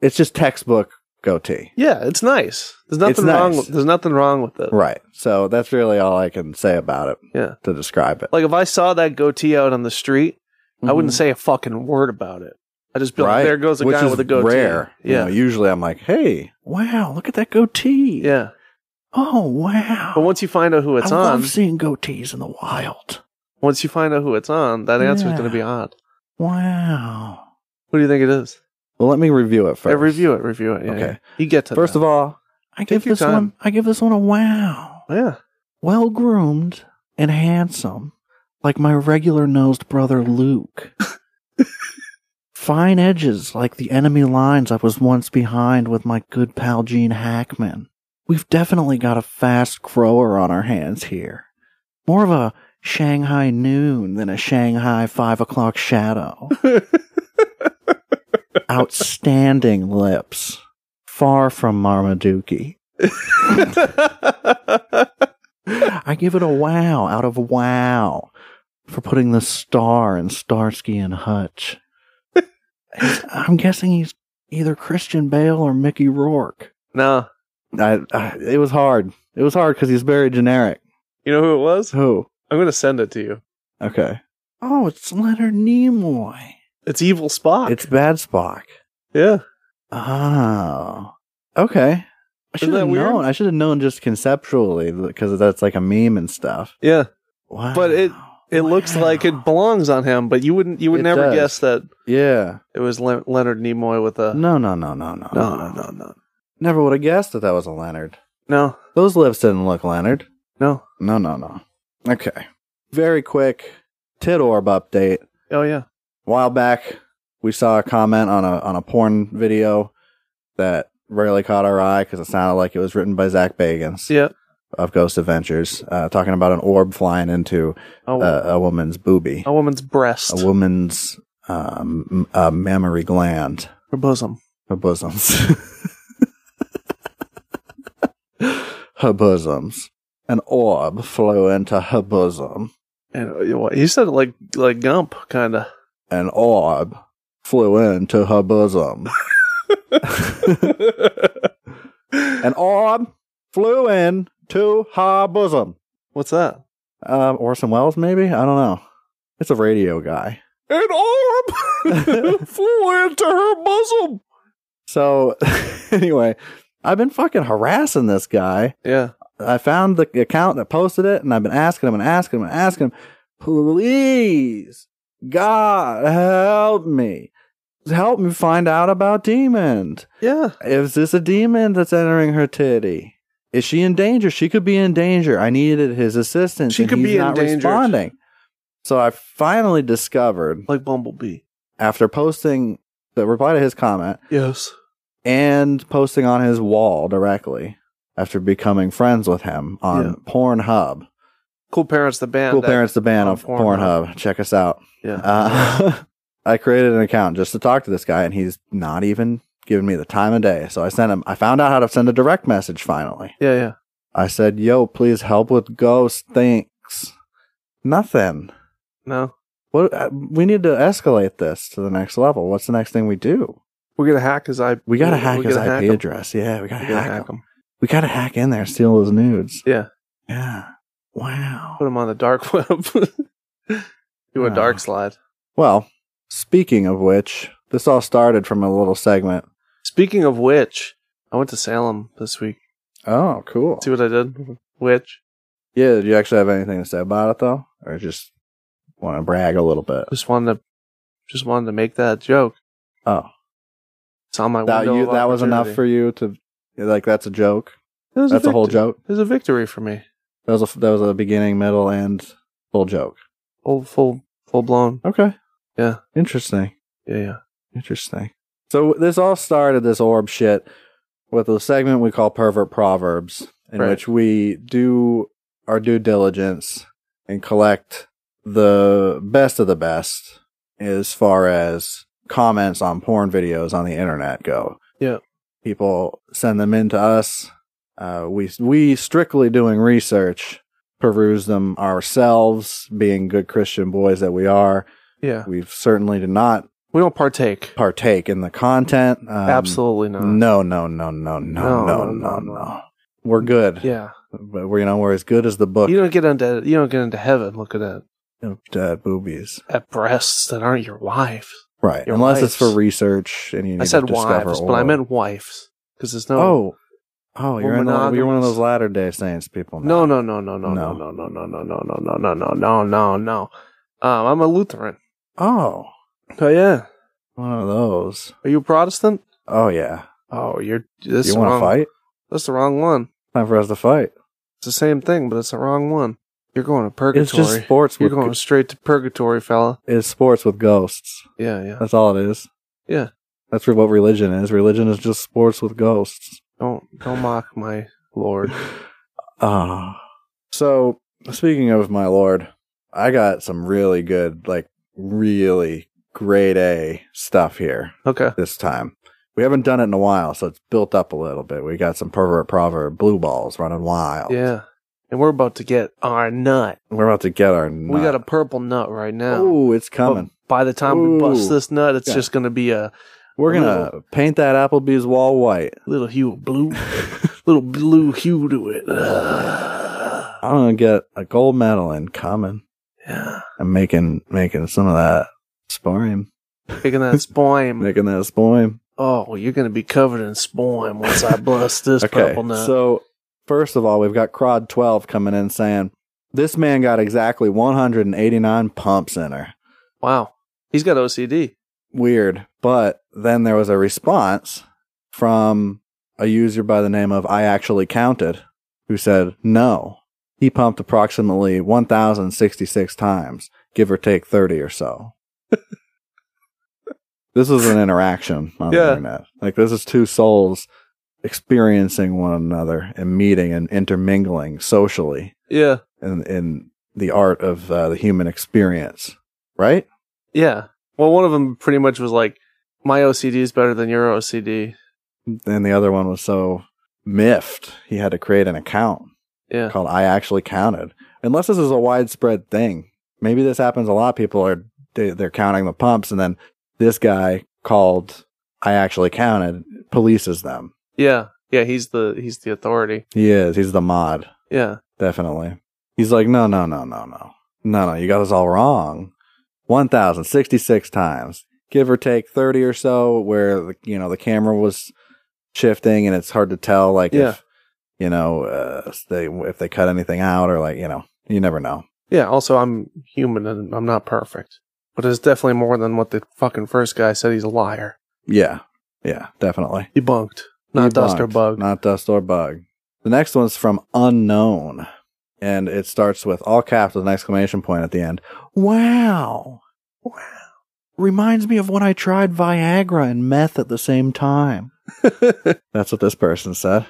[SPEAKER 2] it's just textbook goatee.
[SPEAKER 1] Yeah, it's nice. There's nothing
[SPEAKER 2] It's
[SPEAKER 1] wrong.
[SPEAKER 2] nice.
[SPEAKER 1] With, there's nothing wrong with it.
[SPEAKER 2] Right. So that's really all I can say about it
[SPEAKER 1] Yeah.
[SPEAKER 2] to describe it.
[SPEAKER 1] Like if I saw that goatee out on the street, I wouldn't say a fucking word about it. I just be like, there goes a
[SPEAKER 2] Mm-hmm. Which
[SPEAKER 1] guy
[SPEAKER 2] is
[SPEAKER 1] with a goatee.
[SPEAKER 2] Rare. You
[SPEAKER 1] Yeah.
[SPEAKER 2] know, usually I'm like, hey, wow, look at that goatee.
[SPEAKER 1] yeah.
[SPEAKER 2] Oh wow.
[SPEAKER 1] But once you find out who it's
[SPEAKER 2] I
[SPEAKER 1] on,
[SPEAKER 2] love seeing goatees in the wild.
[SPEAKER 1] once you find out who it's on, that answer is
[SPEAKER 2] Yeah.
[SPEAKER 1] going to be odd.
[SPEAKER 2] Wow.
[SPEAKER 1] What do you think it is?
[SPEAKER 2] Well, let me review it first.
[SPEAKER 1] Yeah, review it. Review it. Yeah,
[SPEAKER 2] Okay.
[SPEAKER 1] yeah. You get to
[SPEAKER 2] First of all, I
[SPEAKER 1] Take
[SPEAKER 2] give
[SPEAKER 1] your
[SPEAKER 2] this
[SPEAKER 1] time.
[SPEAKER 2] one. I give this one a wow.
[SPEAKER 1] all, yeah. [LAUGHS]
[SPEAKER 2] Well groomed and handsome, like my regular nosed brother Luke. Fine edges like the enemy lines I was once behind with my good pal Gene Hackman. We've definitely got a fast grower on our hands here. More of a Shanghai noon than a Shanghai five o'clock shadow. Outstanding lips. Far from Marmaduke. [LAUGHS] I give it a wow out of wow for putting the star in Starsky and Hutch. He's- I'm guessing he's either Christian Bale or Mickey Rourke.
[SPEAKER 1] no,
[SPEAKER 2] I, I, it was hard. It was hard because he's very generic.
[SPEAKER 1] you know who it was?
[SPEAKER 2] Who?
[SPEAKER 1] I'm going to send it to you.
[SPEAKER 2] Okay. Oh, it's Leonard Nimoy.
[SPEAKER 1] It's Evil Spot.
[SPEAKER 2] It's Bad Spock.
[SPEAKER 1] yeah.
[SPEAKER 2] Oh. Okay. I
[SPEAKER 1] Isn't
[SPEAKER 2] should have
[SPEAKER 1] that weird?
[SPEAKER 2] known. I should have known just conceptually because that's like a meme and stuff.
[SPEAKER 1] Yeah.
[SPEAKER 2] Wow.
[SPEAKER 1] But It looks like it
[SPEAKER 2] Wow.
[SPEAKER 1] belongs on him, but you wouldn't you would
[SPEAKER 2] It
[SPEAKER 1] never
[SPEAKER 2] does.
[SPEAKER 1] guess that
[SPEAKER 2] Yeah.
[SPEAKER 1] it was Le- Leonard Nimoy with a
[SPEAKER 2] No, no, no, no, no,
[SPEAKER 1] no no no no
[SPEAKER 2] Never would have guessed that that was a Leonard.
[SPEAKER 1] no
[SPEAKER 2] Those lips didn't look Leonard.
[SPEAKER 1] no
[SPEAKER 2] No, no, no. Okay. Very quick tit orb update.
[SPEAKER 1] oh yeah
[SPEAKER 2] while back, we saw a comment on a on a porn video that really caught our eye because it sounded like it was written by Zach Bagans
[SPEAKER 1] yeah
[SPEAKER 2] of Ghost Adventures, uh, talking about an orb flying into
[SPEAKER 1] oh,
[SPEAKER 2] uh, a woman's boobie,
[SPEAKER 1] a woman's breast
[SPEAKER 2] a woman's um, m- uh, mammary gland.
[SPEAKER 1] her bosom
[SPEAKER 2] Her bosoms. [LAUGHS] her bosoms. An orb flew into her bosom.
[SPEAKER 1] and uh, what- he said it like like Gump kind
[SPEAKER 2] [LAUGHS]
[SPEAKER 1] of
[SPEAKER 2] An orb flew into her bosom. An orb flew in to her bosom.
[SPEAKER 1] what's that
[SPEAKER 2] Um, Orson Welles, maybe? I don't know. It's a radio guy.
[SPEAKER 1] an
[SPEAKER 2] [LAUGHS]
[SPEAKER 1] orb flew into her bosom
[SPEAKER 2] So, [LAUGHS] anyway, I've been fucking harassing this guy.
[SPEAKER 1] yeah
[SPEAKER 2] I found the account that posted it, and I've been asking him and asking him and asking him, please, God, help me. Help me find out about demons.
[SPEAKER 1] yeah
[SPEAKER 2] Is this a demon that's entering her titty? Is she in danger? She could be in danger. I needed his assistance.
[SPEAKER 1] She
[SPEAKER 2] and
[SPEAKER 1] could
[SPEAKER 2] he's
[SPEAKER 1] be
[SPEAKER 2] not
[SPEAKER 1] endangered.
[SPEAKER 2] responding. So I finally discovered
[SPEAKER 1] like Bumblebee
[SPEAKER 2] after posting the reply to his comment
[SPEAKER 1] yes
[SPEAKER 2] and posting on his wall directly after becoming friends with him on
[SPEAKER 1] Yeah.
[SPEAKER 2] Pornhub.
[SPEAKER 1] cool parents the band
[SPEAKER 2] cool
[SPEAKER 1] that-
[SPEAKER 2] parents the ban
[SPEAKER 1] on
[SPEAKER 2] on Pornhub. Check us out.
[SPEAKER 1] yeah
[SPEAKER 2] Uh, [LAUGHS] I created an account just to talk to this guy, and he's not even giving me the time of day. So I sent him. I found out how to send a direct message finally.
[SPEAKER 1] yeah yeah
[SPEAKER 2] I said, "Yo, please help with ghost things." Nothing.
[SPEAKER 1] no
[SPEAKER 2] What uh, we need to escalate this to the next level. What's the next thing we do?
[SPEAKER 1] we're gonna hack his IP
[SPEAKER 2] We gotta hack his IP
[SPEAKER 1] hack him.
[SPEAKER 2] address. Yeah, we gotta
[SPEAKER 1] we
[SPEAKER 2] hack,
[SPEAKER 1] gotta hack
[SPEAKER 2] him.
[SPEAKER 1] him
[SPEAKER 2] We gotta hack in there, steal his nudes.
[SPEAKER 1] Yeah.
[SPEAKER 2] Yeah. Wow.
[SPEAKER 1] put him on the dark [LAUGHS] web do a
[SPEAKER 2] No.
[SPEAKER 1] dark slide
[SPEAKER 2] Well, speaking of which, this all started from a little segment
[SPEAKER 1] Speaking of which, I went to Salem this week.
[SPEAKER 2] Oh, cool.
[SPEAKER 1] See what I did? Which
[SPEAKER 2] Yeah, do you actually have anything to say about it though, or just want to brag a little bit?
[SPEAKER 1] just wanted to just wanted to make that joke.
[SPEAKER 2] Oh,
[SPEAKER 1] It's on my
[SPEAKER 2] that
[SPEAKER 1] window
[SPEAKER 2] you
[SPEAKER 1] of
[SPEAKER 2] that was enough for
[SPEAKER 1] opportunity.
[SPEAKER 2] you to like that's a joke.
[SPEAKER 1] It was
[SPEAKER 2] That's a whole
[SPEAKER 1] victory.
[SPEAKER 2] joke.
[SPEAKER 1] It was a victory for me.
[SPEAKER 2] That was a that was a beginning, middle, and full joke.
[SPEAKER 1] Full full full blown.
[SPEAKER 2] Okay.
[SPEAKER 1] Yeah.
[SPEAKER 2] Interesting.
[SPEAKER 1] Yeah, yeah.
[SPEAKER 2] Interesting. So this all started this orb shit with a segment we call pervert proverbs, in
[SPEAKER 1] Right.
[SPEAKER 2] which we do our due diligence and collect the best of the best as far as comments on porn videos on the internet go.
[SPEAKER 1] Yeah.
[SPEAKER 2] People send them in to us. Uh, we we strictly doing research, peruse them ourselves, being good Christian boys that we are.
[SPEAKER 1] Yeah.
[SPEAKER 2] We certainly did not
[SPEAKER 1] We don't partake.
[SPEAKER 2] partake in the content. Um,
[SPEAKER 1] Absolutely not.
[SPEAKER 2] No, no, no, no, no, no, no, no, We're good.
[SPEAKER 1] Yeah.
[SPEAKER 2] But we're, you know, we're as good as the book
[SPEAKER 1] You don't get into you don't get into heaven looking at
[SPEAKER 2] of uh, boobies.
[SPEAKER 1] at breasts that aren't your wife.
[SPEAKER 2] Right.
[SPEAKER 1] Your
[SPEAKER 2] Unless it's
[SPEAKER 1] wives.
[SPEAKER 2] for research and you need
[SPEAKER 1] I said
[SPEAKER 2] to discover
[SPEAKER 1] wives, but I
[SPEAKER 2] oil.
[SPEAKER 1] meant wives because there's no.
[SPEAKER 2] Oh. Oh, you're, in the, you're one of
[SPEAKER 1] monogamous.
[SPEAKER 2] those latter day saints people.
[SPEAKER 1] no,
[SPEAKER 2] Now.
[SPEAKER 1] no, no, no, no, no, no, no, no, no, no, no, no, no, no, no, no. Um, I'm a Lutheran.
[SPEAKER 2] Oh,
[SPEAKER 1] Oh yeah.
[SPEAKER 2] one of those.
[SPEAKER 1] Are you a Protestant?
[SPEAKER 2] Oh, yeah.
[SPEAKER 1] Oh, you're. This
[SPEAKER 2] you
[SPEAKER 1] the
[SPEAKER 2] want to
[SPEAKER 1] wrong-
[SPEAKER 2] fight?
[SPEAKER 1] That's the wrong one.
[SPEAKER 2] Time for us to fight.
[SPEAKER 1] It's the same thing, but it's the wrong one. You're going to purgatory.
[SPEAKER 2] It's just sports
[SPEAKER 1] You're
[SPEAKER 2] with
[SPEAKER 1] going straight to purgatory, fella.
[SPEAKER 2] it's sports with ghosts.
[SPEAKER 1] Yeah, yeah.
[SPEAKER 2] That's all it is.
[SPEAKER 1] Yeah.
[SPEAKER 2] That's what religion is. Religion is just sports with ghosts.
[SPEAKER 1] Don't don't mock my
[SPEAKER 2] [LAUGHS]
[SPEAKER 1] lord.
[SPEAKER 2] Ah. so speaking of my lord, I got some really good, like really grade A stuff here
[SPEAKER 1] Okay.
[SPEAKER 2] this time. We haven't done it in a while, so it's built up a little bit. We got some pervert proverb blue balls running wild.
[SPEAKER 1] Yeah. And we're about to get our nut.
[SPEAKER 2] We're about to get our nut.
[SPEAKER 1] We got a purple nut right now.
[SPEAKER 2] Oh, it's
[SPEAKER 1] But
[SPEAKER 2] coming.
[SPEAKER 1] by the time we
[SPEAKER 2] Ooh.
[SPEAKER 1] bust this nut, it's
[SPEAKER 2] Yeah.
[SPEAKER 1] just going to be a
[SPEAKER 2] We're gonna
[SPEAKER 1] little-
[SPEAKER 2] paint that Applebee's wall white.
[SPEAKER 1] little hue of
[SPEAKER 2] [LAUGHS]
[SPEAKER 1] blue, [LAUGHS] little blue hue to it. [SIGHS] Ugh.
[SPEAKER 2] I'm gonna get a gold medal in coming.
[SPEAKER 1] yeah.
[SPEAKER 2] I'm making making some of that spoim.
[SPEAKER 1] Picking
[SPEAKER 2] [LAUGHS]
[SPEAKER 1] that spoim.
[SPEAKER 2] Making that spoim.
[SPEAKER 1] oh, you're going to be covered in spoim once I bust
[SPEAKER 2] [LAUGHS]
[SPEAKER 1] this purple nut.
[SPEAKER 2] So, first of all, we've got Crod 12 coming in saying, This man got exactly 189 pumps in her.
[SPEAKER 1] wow. He's got OCD.
[SPEAKER 2] Weird. But then there was a response from a user by the name of I Actually Counted who said, No, he pumped approximately 1,066 times, give or take 30 or so. [LAUGHS] this is an interaction on the
[SPEAKER 1] Yeah.
[SPEAKER 2] internet. Like, this is two souls experiencing one another and meeting and intermingling socially
[SPEAKER 1] Yeah.
[SPEAKER 2] in, in the art of uh, the human experience, right?
[SPEAKER 1] Yeah. Well, one of them pretty much was like, my OCD is better than your OCD.
[SPEAKER 2] and the other one was so miffed he had to create an account
[SPEAKER 1] Yeah.
[SPEAKER 2] called I actually counted. Unless this is a widespread thing, maybe this happens a lot. People are they, they're counting the pumps, and then this guy called I actually counted polices them.
[SPEAKER 1] Yeah. Yeah. He's the, he's the authority.
[SPEAKER 2] He is. He's the mod,
[SPEAKER 1] Yeah.
[SPEAKER 2] definitely. He's like, no, no, no, no, no, no, no. You got us all wrong. One thousand sixty-six times, give or take thirty or so, where the- you know the camera was shifting, and it's hard to tell, like
[SPEAKER 1] Yeah.
[SPEAKER 2] if you know uh, they if they cut anything out or like you know you never know.
[SPEAKER 1] Yeah. Also, I'm human and I'm not perfect, but it's definitely more than what the fucking first guy said. He's a liar.
[SPEAKER 2] Yeah. Yeah, definitely.
[SPEAKER 1] Debunked. Not dust or
[SPEAKER 2] Debunked.
[SPEAKER 1] bug.
[SPEAKER 2] Not dust or bug. The next one's from unknown. And it starts with all caps with an exclamation point at the end. Wow. Wow. Reminds me of when I tried Viagra and meth at the
[SPEAKER 1] [LAUGHS]
[SPEAKER 2] same time. That's what this person said.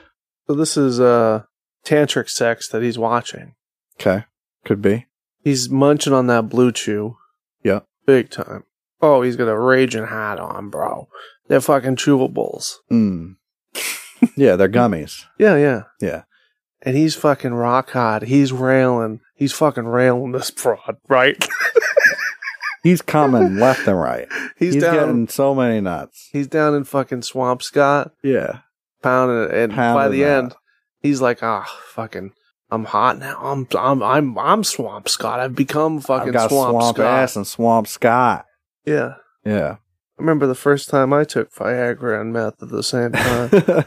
[SPEAKER 1] so this is uh tantric sex that he's watching.
[SPEAKER 2] Okay. Could be.
[SPEAKER 1] He's munching on that blue chew.
[SPEAKER 2] Yeah.
[SPEAKER 1] Big time. Oh, he's got a raging hot on, bro. They're fucking chewables.
[SPEAKER 2] Mm. yeah, they're gummies.
[SPEAKER 1] Yeah, yeah.
[SPEAKER 2] Yeah.
[SPEAKER 1] And he's fucking rock hot. He's railing. He's fucking railing this fraud, [LAUGHS] right?
[SPEAKER 2] He's coming left and right.
[SPEAKER 1] [LAUGHS] he's,
[SPEAKER 2] He's,
[SPEAKER 1] down.
[SPEAKER 2] getting so many nuts.
[SPEAKER 1] he's down in fucking Swamp Scott,
[SPEAKER 2] Yeah.
[SPEAKER 1] pounding it, and by
[SPEAKER 2] Pounding
[SPEAKER 1] the
[SPEAKER 2] that.
[SPEAKER 1] end, he's like, ah, fucking, I'm hot now. I'm, I'm, I'm, I'm Swamp Scott. I've become fucking
[SPEAKER 2] I've got
[SPEAKER 1] Swamp,
[SPEAKER 2] swamp
[SPEAKER 1] Scott.
[SPEAKER 2] ass and swamp Scott.
[SPEAKER 1] Yeah.
[SPEAKER 2] Yeah.
[SPEAKER 1] I remember the first time I took Viagra and meth at the
[SPEAKER 2] [LAUGHS]
[SPEAKER 1] same time.
[SPEAKER 2] Uh,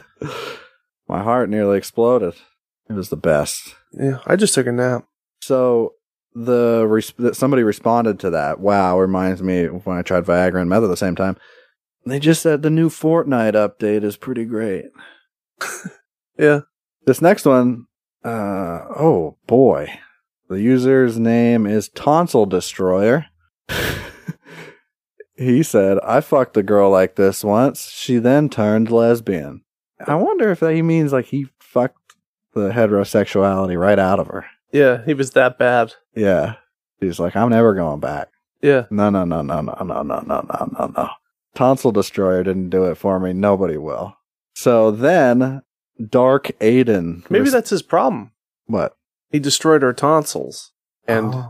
[SPEAKER 2] My heart nearly exploded. It was the best.
[SPEAKER 1] yeah, I just took a nap.
[SPEAKER 2] So the res- that somebody responded to that. Wow, reminds me of when I tried Viagra and meth at the same time. They just said the new Fortnite update is pretty great.
[SPEAKER 1] Yeah.
[SPEAKER 2] This next one, uh, oh boy, the user's name is Tonsil Destroyer. [LAUGHS] he said, "I fucked a girl like this once. She then turned lesbian." I wonder if that he means like he fucked the heterosexuality right out of her.
[SPEAKER 1] Yeah, he was that bad.
[SPEAKER 2] Yeah. He's like, I'm never going back.
[SPEAKER 1] Yeah.
[SPEAKER 2] No, no, no, no, no, no, no, no, no, no, no. Tonsil Destroyer didn't do it for me. Nobody will. So then, Dark Aiden.
[SPEAKER 1] Maybe
[SPEAKER 2] res-
[SPEAKER 1] that's his problem.
[SPEAKER 2] What?
[SPEAKER 1] He destroyed her tonsils. And
[SPEAKER 2] Oh.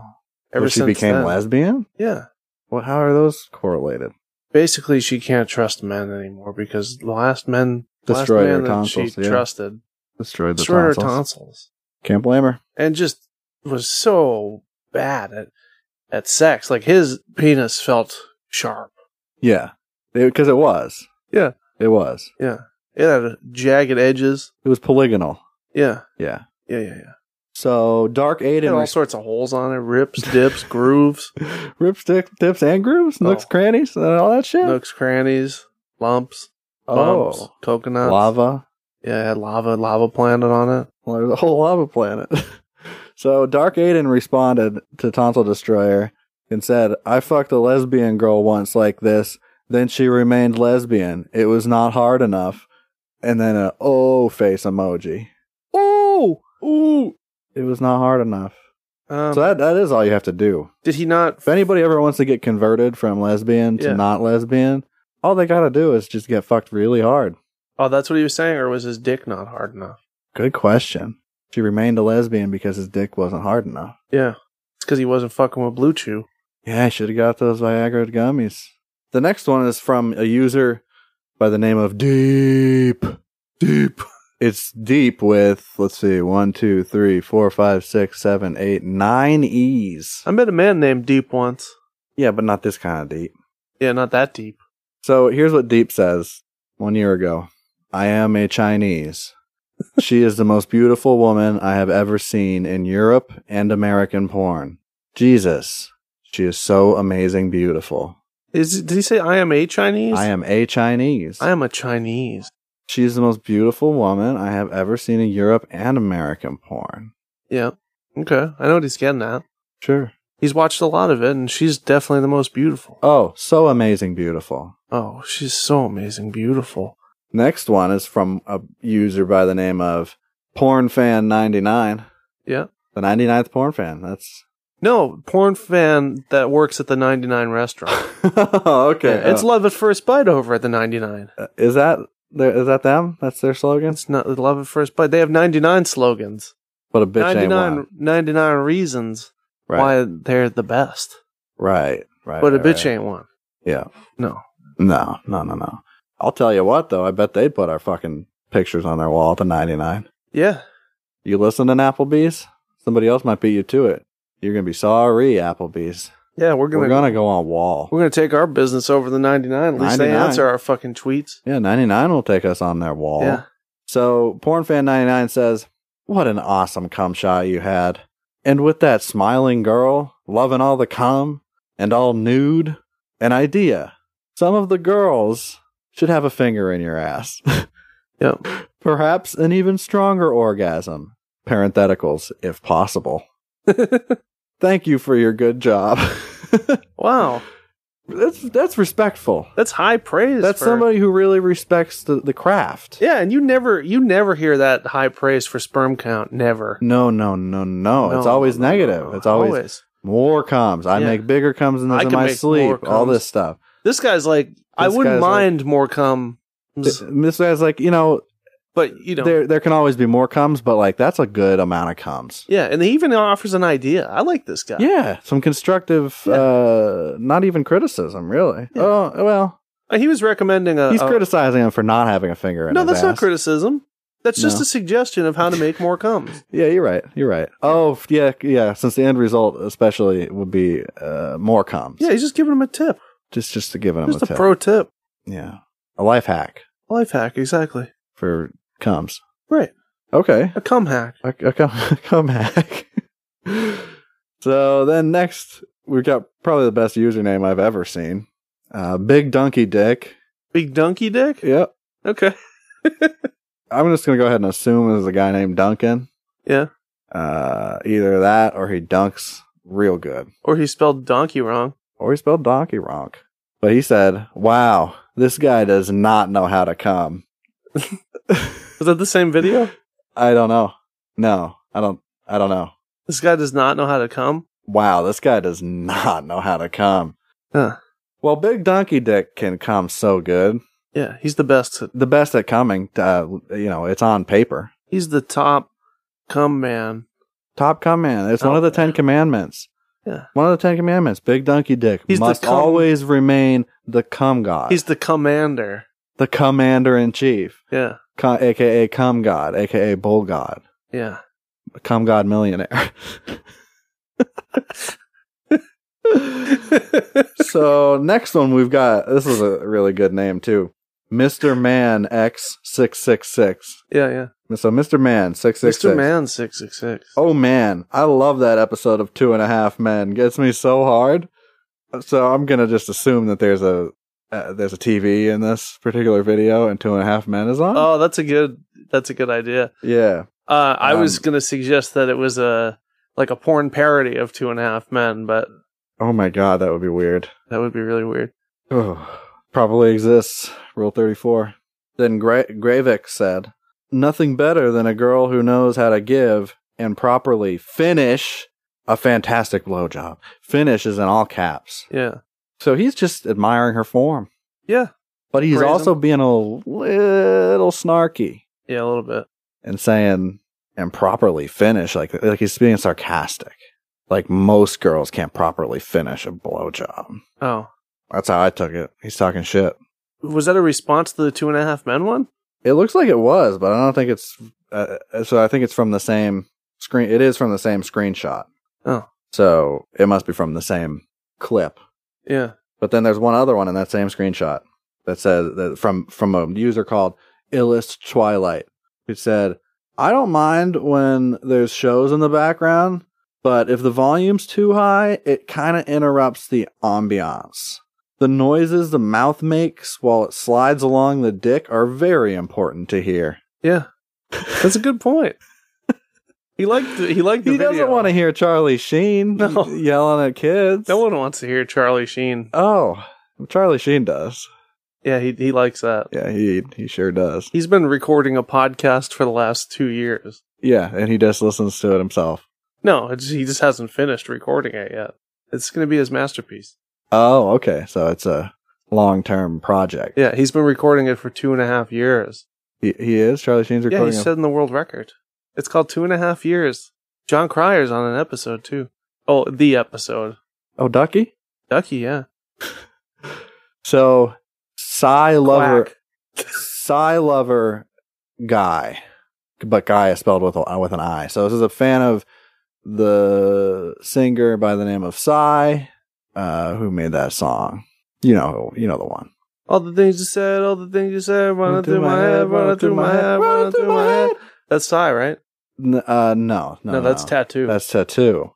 [SPEAKER 1] ever
[SPEAKER 2] Well, she
[SPEAKER 1] since
[SPEAKER 2] became
[SPEAKER 1] then-
[SPEAKER 2] lesbian?
[SPEAKER 1] Yeah.
[SPEAKER 2] Well, how are those correlated?
[SPEAKER 1] Basically, she can't trust men anymore because the last men
[SPEAKER 2] Destroyed
[SPEAKER 1] last man
[SPEAKER 2] her
[SPEAKER 1] that
[SPEAKER 2] tonsils,
[SPEAKER 1] she
[SPEAKER 2] yeah.
[SPEAKER 1] trusted
[SPEAKER 2] Destroyed the
[SPEAKER 1] destroyed
[SPEAKER 2] tonsils.
[SPEAKER 1] her tonsils
[SPEAKER 2] Can't blame her.
[SPEAKER 1] and just was so bad at at sex. Like his penis felt sharp.
[SPEAKER 2] Yeah. Because it, was.
[SPEAKER 1] Yeah.
[SPEAKER 2] It was.
[SPEAKER 1] Yeah, it had jagged edges.
[SPEAKER 2] It was polygonal.
[SPEAKER 1] Yeah,
[SPEAKER 2] Yeah.
[SPEAKER 1] yeah, yeah, yeah.
[SPEAKER 2] So, Dark
[SPEAKER 1] It had
[SPEAKER 2] Aiden
[SPEAKER 1] all
[SPEAKER 2] res-
[SPEAKER 1] sorts of holes on it, rips, dips,
[SPEAKER 2] [LAUGHS]
[SPEAKER 1] grooves,
[SPEAKER 2] ripstick dips and grooves,
[SPEAKER 1] Oh.
[SPEAKER 2] nooks, crannies, and all that shit.
[SPEAKER 1] nooks, crannies, lumps, bumps,
[SPEAKER 2] oh,
[SPEAKER 1] coconuts,
[SPEAKER 2] lava.
[SPEAKER 1] Yeah, it had lava, lava planet on it.
[SPEAKER 2] Well, there's a whole lava planet. [LAUGHS] so Dark Aiden responded to Tonsil Destroyer and said, I fucked a lesbian girl once like this. Then she remained lesbian. It was not hard enough. And then an oh face emoji. Oh, ooh. It was not hard enough.
[SPEAKER 1] Um,
[SPEAKER 2] so that, that is all you have to do.
[SPEAKER 1] did he not?
[SPEAKER 2] If anybody ever wants to get converted from lesbian to
[SPEAKER 1] Yeah.
[SPEAKER 2] not lesbian, all they got to do is just get fucked really hard.
[SPEAKER 1] Oh, that's what he was saying, or was his dick not hard enough?
[SPEAKER 2] Good question. She remained a lesbian because his dick wasn't hard enough.
[SPEAKER 1] Yeah, it's because he wasn't fucking with Blue Chew.
[SPEAKER 2] Yeah, I should have got those Viagra gummies. The next one is from a user by the name of Deep. Deep. It's Deep with, let's see, one, two, three, four, five, six, seven, eight, nine E's.
[SPEAKER 1] I met a man named Deep once.
[SPEAKER 2] Yeah, but not this kind of Deep.
[SPEAKER 1] Yeah, not that deep.
[SPEAKER 2] So here's what Deep says one year ago I am a Chinese. she is the most beautiful woman I have ever seen in Europe and American porn. Jesus. She is so amazing beautiful.
[SPEAKER 1] Is did he say I am a Chinese?
[SPEAKER 2] I am a Chinese.
[SPEAKER 1] I am a Chinese.
[SPEAKER 2] She is the most beautiful woman I have ever seen in Europe and American porn.
[SPEAKER 1] Yeah. Okay, I know what he's getting at.
[SPEAKER 2] Sure.
[SPEAKER 1] He's watched a lot of it, and she's definitely the most beautiful.
[SPEAKER 2] Oh, so amazing, beautiful.
[SPEAKER 1] Oh, she's so amazing, beautiful.
[SPEAKER 2] Next one is from a user by the name of PornFan99.
[SPEAKER 1] Yeah.
[SPEAKER 2] The 99th porn fan. That's [LAUGHS]
[SPEAKER 1] No, porn fan that works at the 99
[SPEAKER 2] [LAUGHS]
[SPEAKER 1] restaurant.
[SPEAKER 2] okay.
[SPEAKER 1] Yeah, it's
[SPEAKER 2] uh,
[SPEAKER 1] love at first bite over at the 99.
[SPEAKER 2] is that their- is that them? That's their slogan.
[SPEAKER 1] It's not love at first bite. They have 99 slogans.
[SPEAKER 2] What a bitch ain't
[SPEAKER 1] 99,
[SPEAKER 2] one.
[SPEAKER 1] 99 reasons
[SPEAKER 2] Right.
[SPEAKER 1] why they're the best.
[SPEAKER 2] Right. Right.
[SPEAKER 1] but a
[SPEAKER 2] right,
[SPEAKER 1] bitch
[SPEAKER 2] right.
[SPEAKER 1] ain't one.
[SPEAKER 2] Yeah.
[SPEAKER 1] No.
[SPEAKER 2] uh, No. No. No. No. I'll tell you what though. I bet they'd put our fucking pictures on their wall at the 99.
[SPEAKER 1] Yeah.
[SPEAKER 2] You listen to Applebee's? Somebody else might beat you to it. You're gonna be sorry, Applebee's.
[SPEAKER 1] Yeah, we're
[SPEAKER 2] We're
[SPEAKER 1] going
[SPEAKER 2] gonna go on wall.
[SPEAKER 1] We're gonna take our business over the 99. At least they
[SPEAKER 2] 99.
[SPEAKER 1] answer our fucking tweets.
[SPEAKER 2] Yeah, 99 will take us on their wall.
[SPEAKER 1] Yeah.
[SPEAKER 2] So PornFan99 says, "What an awesome cum shot you had, and with that smiling girl, loving all the cum and all nude. An idea: some of the girls should have a finger in your ass." [LAUGHS]
[SPEAKER 1] Yep.
[SPEAKER 2] Perhaps an even stronger orgasm. Parentheticals,
[SPEAKER 1] [LAUGHS]
[SPEAKER 2] if possible. Thank you for your good job. [LAUGHS]
[SPEAKER 1] Wow.
[SPEAKER 2] that's that's respectful.
[SPEAKER 1] That's high praise.
[SPEAKER 2] That's
[SPEAKER 1] for-
[SPEAKER 2] somebody who really respects the, the craft.
[SPEAKER 1] Yeah, and you never you never hear that high praise for sperm count. Never.
[SPEAKER 2] No, no, no, no. it's
[SPEAKER 1] No,
[SPEAKER 2] always
[SPEAKER 1] no, no,
[SPEAKER 2] negative.
[SPEAKER 1] no.
[SPEAKER 2] It's always, more comes. I
[SPEAKER 1] Yeah.
[SPEAKER 2] make bigger comes than
[SPEAKER 1] I
[SPEAKER 2] this in
[SPEAKER 1] can
[SPEAKER 2] my
[SPEAKER 1] make
[SPEAKER 2] sleep.
[SPEAKER 1] more
[SPEAKER 2] All
[SPEAKER 1] cums.
[SPEAKER 2] this stuff.
[SPEAKER 1] This guy's like I
[SPEAKER 2] This
[SPEAKER 1] wouldn't
[SPEAKER 2] guy's like-
[SPEAKER 1] mind more cum,
[SPEAKER 2] Th- This guy's like, you know,
[SPEAKER 1] but you know,
[SPEAKER 2] there there can always be more comes, but like that's a good amount of comes.
[SPEAKER 1] yeah, and he even offers an idea. I like this guy.
[SPEAKER 2] Yeah, some constructive,
[SPEAKER 1] Yeah.
[SPEAKER 2] uh, not even criticism, really.
[SPEAKER 1] Yeah.
[SPEAKER 2] Oh well,
[SPEAKER 1] Uh, he was recommending a.
[SPEAKER 2] he's
[SPEAKER 1] a-
[SPEAKER 2] criticizing him for not having a finger in
[SPEAKER 1] no,
[SPEAKER 2] his
[SPEAKER 1] that's not
[SPEAKER 2] ass.
[SPEAKER 1] criticism. That's just
[SPEAKER 2] No.
[SPEAKER 1] a suggestion of how to make more
[SPEAKER 2] [LAUGHS]
[SPEAKER 1] cums.
[SPEAKER 2] Yeah, you're right. You're right. Oh, f- yeah, yeah. Since the end result, especially, would be uh, more comes.
[SPEAKER 1] yeah, he's just giving him a tip.
[SPEAKER 2] Just just to give them
[SPEAKER 1] Just
[SPEAKER 2] a
[SPEAKER 1] a
[SPEAKER 2] tip.
[SPEAKER 1] pro tip.
[SPEAKER 2] yeah, a life hack
[SPEAKER 1] Life hack, exactly.
[SPEAKER 2] for comes.
[SPEAKER 1] Right.
[SPEAKER 2] Okay,
[SPEAKER 1] A cum hack.
[SPEAKER 2] I, I come [LAUGHS] come back. so then next we've got probably the best username I've ever seen. Uh, Big Donkey Dick.
[SPEAKER 1] Big donkey dick?
[SPEAKER 2] Yep.
[SPEAKER 1] Okay.
[SPEAKER 2] I'm just gonna go ahead and assume there's a guy named Duncan.
[SPEAKER 1] Yeah.
[SPEAKER 2] Uh, either that or he dunks real good,
[SPEAKER 1] Or he spelled donkey wrong.
[SPEAKER 2] or he spelled donkey wrong. But he said, "Wow, this guy does not know how to come."
[SPEAKER 1] Was that the same video?
[SPEAKER 2] I don't know. No, I don't. I don't know.
[SPEAKER 1] This guy does not know how to cum.
[SPEAKER 2] Wow, this guy does not know how to come.
[SPEAKER 1] Huh.
[SPEAKER 2] Well, Big Donkey Dick can come so good.
[SPEAKER 1] Yeah, he's the best. at-
[SPEAKER 2] The best at coming, uh, you know, it's on paper.
[SPEAKER 1] He's the top cum man.
[SPEAKER 2] Top command. It's one
[SPEAKER 1] Oh,
[SPEAKER 2] of the
[SPEAKER 1] yeah.
[SPEAKER 2] Ten Commandments.
[SPEAKER 1] Yeah.
[SPEAKER 2] One of the Ten Commandments. Big Donkey Dick
[SPEAKER 1] He's the
[SPEAKER 2] must
[SPEAKER 1] cum-
[SPEAKER 2] always remain the cum god.
[SPEAKER 1] He's the commander.
[SPEAKER 2] the commander in chief,
[SPEAKER 1] Yeah,
[SPEAKER 2] co- aka cum god, aka bull god, [LAUGHS]
[SPEAKER 1] yeah.
[SPEAKER 2] cum god millionaire. [LAUGHS] so next one we've got this is a really good name too, Mister Man X six six six.
[SPEAKER 1] Yeah, yeah.
[SPEAKER 2] So Mister Man six six
[SPEAKER 1] Mr.
[SPEAKER 2] six.
[SPEAKER 1] Man 666.
[SPEAKER 2] Oh man, I love that episode of Two and a Half Men. Gets me so hard. So I'm gonna just assume that there's a uh, there's a TV in this particular video, and Two and a Half Men is on.
[SPEAKER 1] Oh, that's a good that's a good idea.
[SPEAKER 2] yeah,
[SPEAKER 1] Uh, I was
[SPEAKER 2] Um,
[SPEAKER 1] gonna suggest that it was a like a porn parody of Two and a Half Men, but
[SPEAKER 2] Oh my god, that would be weird.
[SPEAKER 1] that would be really weird.
[SPEAKER 2] Oh, probably exists. Rule 34. Then Gra- Gravik said, Nothing better than a girl who knows how to give and properly finish a fantastic blowjob. Finish is in all caps.
[SPEAKER 1] Yeah,
[SPEAKER 2] So he's just admiring her form.
[SPEAKER 1] yeah,
[SPEAKER 2] But he's
[SPEAKER 1] Praise
[SPEAKER 2] also being a little snarky
[SPEAKER 1] yeah. A little bit.
[SPEAKER 2] and saying, and properly finish. Like, like he's being sarcastic. Like most girls can't properly finish a blowjob.
[SPEAKER 1] Oh,
[SPEAKER 2] That's how I took it. He's talking shit.
[SPEAKER 1] was that a response to the Two and a Half Men one?
[SPEAKER 2] It looks like it was, but I don't think it's. Uh, so I think it's from the same screen. It is from the same screenshot.
[SPEAKER 1] Oh.
[SPEAKER 2] So it must be from the same clip.
[SPEAKER 1] Yeah.
[SPEAKER 2] But then there's one other one in that same screenshot that says that from from a user called Illest Twilight who said, "I don't mind when there's shows in the background, but if the volume's too high, it kind of interrupts the ambiance. The noises the mouth makes while it slides along the dick are very important to hear."
[SPEAKER 1] Yeah, that's a good point. [LAUGHS] He liked. The, he liked. The
[SPEAKER 2] He doesn't
[SPEAKER 1] video.
[SPEAKER 2] want to hear Charlie Sheen
[SPEAKER 1] No.
[SPEAKER 2] [LAUGHS] yelling at kids.
[SPEAKER 1] No one wants to hear Charlie Sheen.
[SPEAKER 2] oh, Charlie Sheen does.
[SPEAKER 1] Yeah, he he likes that.
[SPEAKER 2] Yeah, he he sure does.
[SPEAKER 1] He's been recording a podcast for the last two years.
[SPEAKER 2] Yeah, and he just listens to it himself.
[SPEAKER 1] No, it's, he just hasn't finished recording it yet. It's going to be his masterpiece.
[SPEAKER 2] Oh, okay. So it's a long term project.
[SPEAKER 1] Yeah, he's been recording it for two and a half years.
[SPEAKER 2] He, he is? Charlie Sheen's
[SPEAKER 1] Yeah,
[SPEAKER 2] recording.
[SPEAKER 1] he's
[SPEAKER 2] him.
[SPEAKER 1] setting the world record. It's called two and a half years. John Cryer's on an episode too. Oh, the episode.
[SPEAKER 2] oh, Ducky?
[SPEAKER 1] Ducky, yeah.
[SPEAKER 2] So, Psy Lover,
[SPEAKER 1] Quack.
[SPEAKER 2] Psy Lover Guy, but Guy is spelled with, a, with an I. So, this is a fan of the singer by the name of Psy, uh, who made that song. You know, you know the one.
[SPEAKER 1] All the things you said, all the things you said, running through my head, running through my head, running through my head. That's Psy, right?
[SPEAKER 2] N- uh, no, no,
[SPEAKER 1] No, that's
[SPEAKER 2] no.
[SPEAKER 1] tattoo.
[SPEAKER 2] That's tattoo.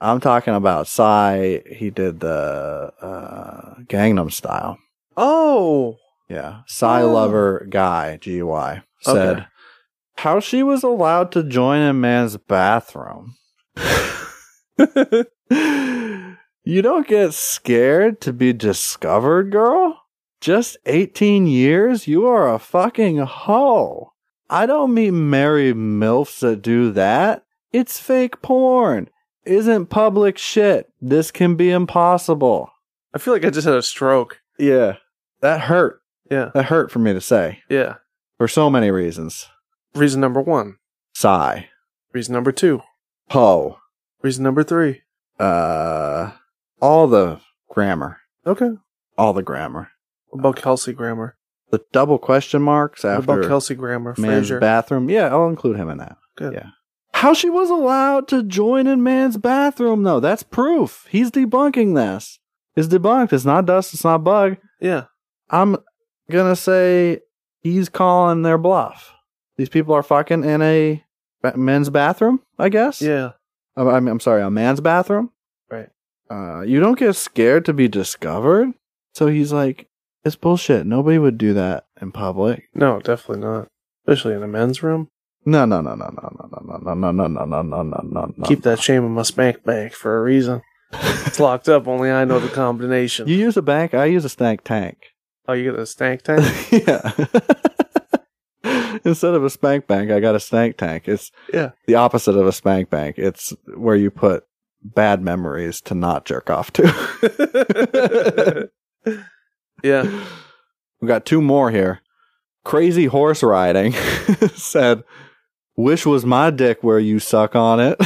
[SPEAKER 2] I'm talking about Psy. He did the uh, Gangnam Style.
[SPEAKER 1] oh,
[SPEAKER 2] Yeah, Psy
[SPEAKER 1] Oh.
[SPEAKER 2] lover guy G Y said
[SPEAKER 1] Okay.
[SPEAKER 2] how she was allowed to join a man's bathroom. [LAUGHS] you don't get scared to be discovered, girl. Just 18 years, you are a fucking hoe. I don't mean Mary MILFs that do that. It's fake porn. Isn't public shit. This can be impossible.
[SPEAKER 1] I feel like I just had a stroke.
[SPEAKER 2] Yeah. That hurt.
[SPEAKER 1] Yeah.
[SPEAKER 2] That hurt for me to say
[SPEAKER 1] Yeah.
[SPEAKER 2] for so many reasons.
[SPEAKER 1] Reason number one.
[SPEAKER 2] Sigh.
[SPEAKER 1] Reason number two.
[SPEAKER 2] Poe.
[SPEAKER 1] Reason number three.
[SPEAKER 2] Uh, all the grammar.
[SPEAKER 1] Okay.
[SPEAKER 2] All the grammar.
[SPEAKER 1] What about Kelsey Grammer?
[SPEAKER 2] The double question marks after
[SPEAKER 1] what about Kelsey Grammer?
[SPEAKER 2] man's
[SPEAKER 1] Frazier.
[SPEAKER 2] bathroom. Yeah, I'll include him in that.
[SPEAKER 1] Good.
[SPEAKER 2] Yeah. How she was allowed to join in man's bathroom, though. That's proof. He's debunking this. is debunked. It's not dust. It's not bug.
[SPEAKER 1] Yeah.
[SPEAKER 2] I'm gonna say he's calling their bluff. These people are fucking in a ba- men's bathroom, I guess. Uh,
[SPEAKER 1] Yeah.
[SPEAKER 2] I- I'm, I'm sorry, a man's bathroom.
[SPEAKER 1] Right.
[SPEAKER 2] Uh, you don't get scared to be discovered. So he's like, it's bullshit. Nobody would do that in public.
[SPEAKER 1] No, definitely not. Especially in a men's room.
[SPEAKER 2] No, no, no, no, no, no, no, no, no, no, no, no, no, no, no, no.
[SPEAKER 1] Keep that shame in my spank bank for a [LAUGHS] reason. It's locked up, only I know the combination.
[SPEAKER 2] You use a bank. I use a stank tank. [LAUGHS]
[SPEAKER 1] oh, you get a stank [LAUGHS] tank?
[SPEAKER 2] yeah. [LAUGHS] Instead of a spank bank, I got a stank tank. It's
[SPEAKER 1] Yeah.
[SPEAKER 2] the opposite of a spank bank. It's where you put bad memories to not jerk off
[SPEAKER 1] [LAUGHS]
[SPEAKER 2] to.
[SPEAKER 1] Yeah.
[SPEAKER 2] we got two more here. Crazy horse riding [LAUGHS] said, "Wish was my dick where you suck
[SPEAKER 1] [LAUGHS]
[SPEAKER 2] on it."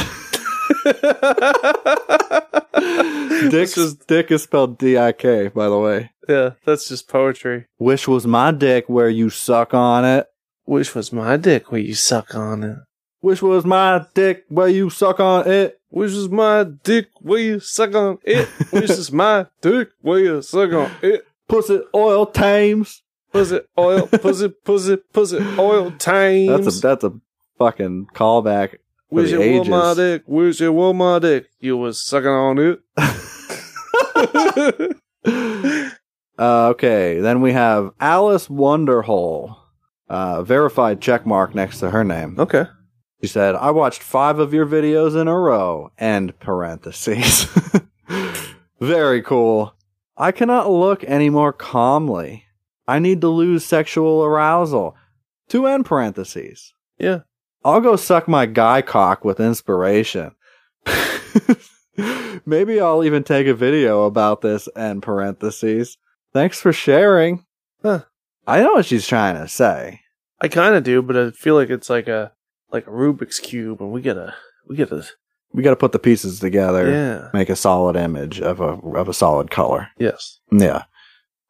[SPEAKER 2] dick
[SPEAKER 1] This
[SPEAKER 2] is
[SPEAKER 1] is-
[SPEAKER 2] dick is spelled D I K, by the way.
[SPEAKER 1] [LAUGHS] Yeah, that's just poetry.
[SPEAKER 2] Wish was my dick where you suck on it.
[SPEAKER 1] Which was my dick where you suck on it.
[SPEAKER 2] Wish was my dick where you suck on it.
[SPEAKER 1] Which is my dick where you suck on it. Which is my dick where you suck on it.
[SPEAKER 2] Pussy oil tames.
[SPEAKER 1] Pussy oil, pussy, pussy, pussy oil times.
[SPEAKER 2] That's a that's a fucking
[SPEAKER 1] [LAUGHS]
[SPEAKER 2] callback. for
[SPEAKER 1] Wish
[SPEAKER 2] the
[SPEAKER 1] it were my
[SPEAKER 2] ages.
[SPEAKER 1] dick. Wish it were my dick. You was sucking on it.
[SPEAKER 2] Uh, okay, then we have Alice Wonderhole. Uh, verified checkmark next to her name.
[SPEAKER 1] okay.
[SPEAKER 2] She said, I watched five of your videos in a row. End parentheses. [LAUGHS] Very cool. I cannot look any more calmly. I need to lose sexual arousal. Two end parentheses.
[SPEAKER 1] Yeah.
[SPEAKER 2] I'll go suck my guy cock with inspiration. [LAUGHS] Maybe I'll even take a video about this end parentheses. Thanks for sharing.
[SPEAKER 1] Huh.
[SPEAKER 2] I know what she's trying to say.
[SPEAKER 1] I kind of do, but I feel like it's like a like a Rubik's cube, and we gotta we gotta
[SPEAKER 2] We got to put the pieces together.
[SPEAKER 1] yeah
[SPEAKER 2] make a solid image of a of a solid color.
[SPEAKER 1] yes
[SPEAKER 2] Yeah.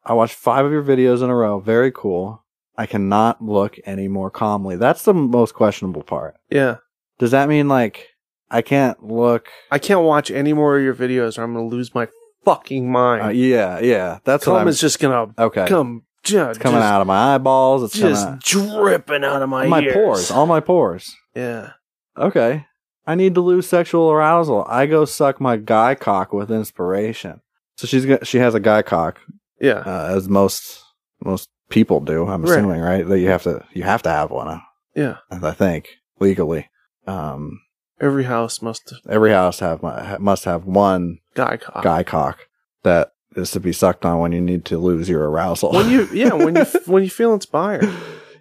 [SPEAKER 2] I watched five of your videos in a row. Very cool. I cannot look any more calmly. That's the most questionable part.
[SPEAKER 1] yeah.
[SPEAKER 2] Does that mean like I can't look?
[SPEAKER 1] I can't watch any more of your videos, or I'm gonna lose my fucking mind.
[SPEAKER 2] Uh, yeah, yeah. That's what I'm.
[SPEAKER 1] Comments just gonna
[SPEAKER 2] okay,
[SPEAKER 1] come ju-
[SPEAKER 2] it's coming
[SPEAKER 1] just,
[SPEAKER 2] out of my eyeballs. It's coming
[SPEAKER 1] just
[SPEAKER 2] out
[SPEAKER 1] dripping out of my,
[SPEAKER 2] my
[SPEAKER 1] ears.
[SPEAKER 2] pores. All my pores.
[SPEAKER 1] Yeah,
[SPEAKER 2] Okay. I need to lose sexual arousal. I go suck my guy cock with inspiration. So she's got, she has a guy cock
[SPEAKER 1] yeah,
[SPEAKER 2] uh, as most most people do. I'm
[SPEAKER 1] Right.
[SPEAKER 2] assuming, right? That you have to you have to have one. uh,
[SPEAKER 1] yeah.
[SPEAKER 2] I think legally, um,
[SPEAKER 1] Every house must
[SPEAKER 2] every house have mu- must have one
[SPEAKER 1] guy cock.
[SPEAKER 2] guy cock that is to be sucked on when you need to lose your arousal. [LAUGHS]
[SPEAKER 1] When you yeah when you when you feel inspired,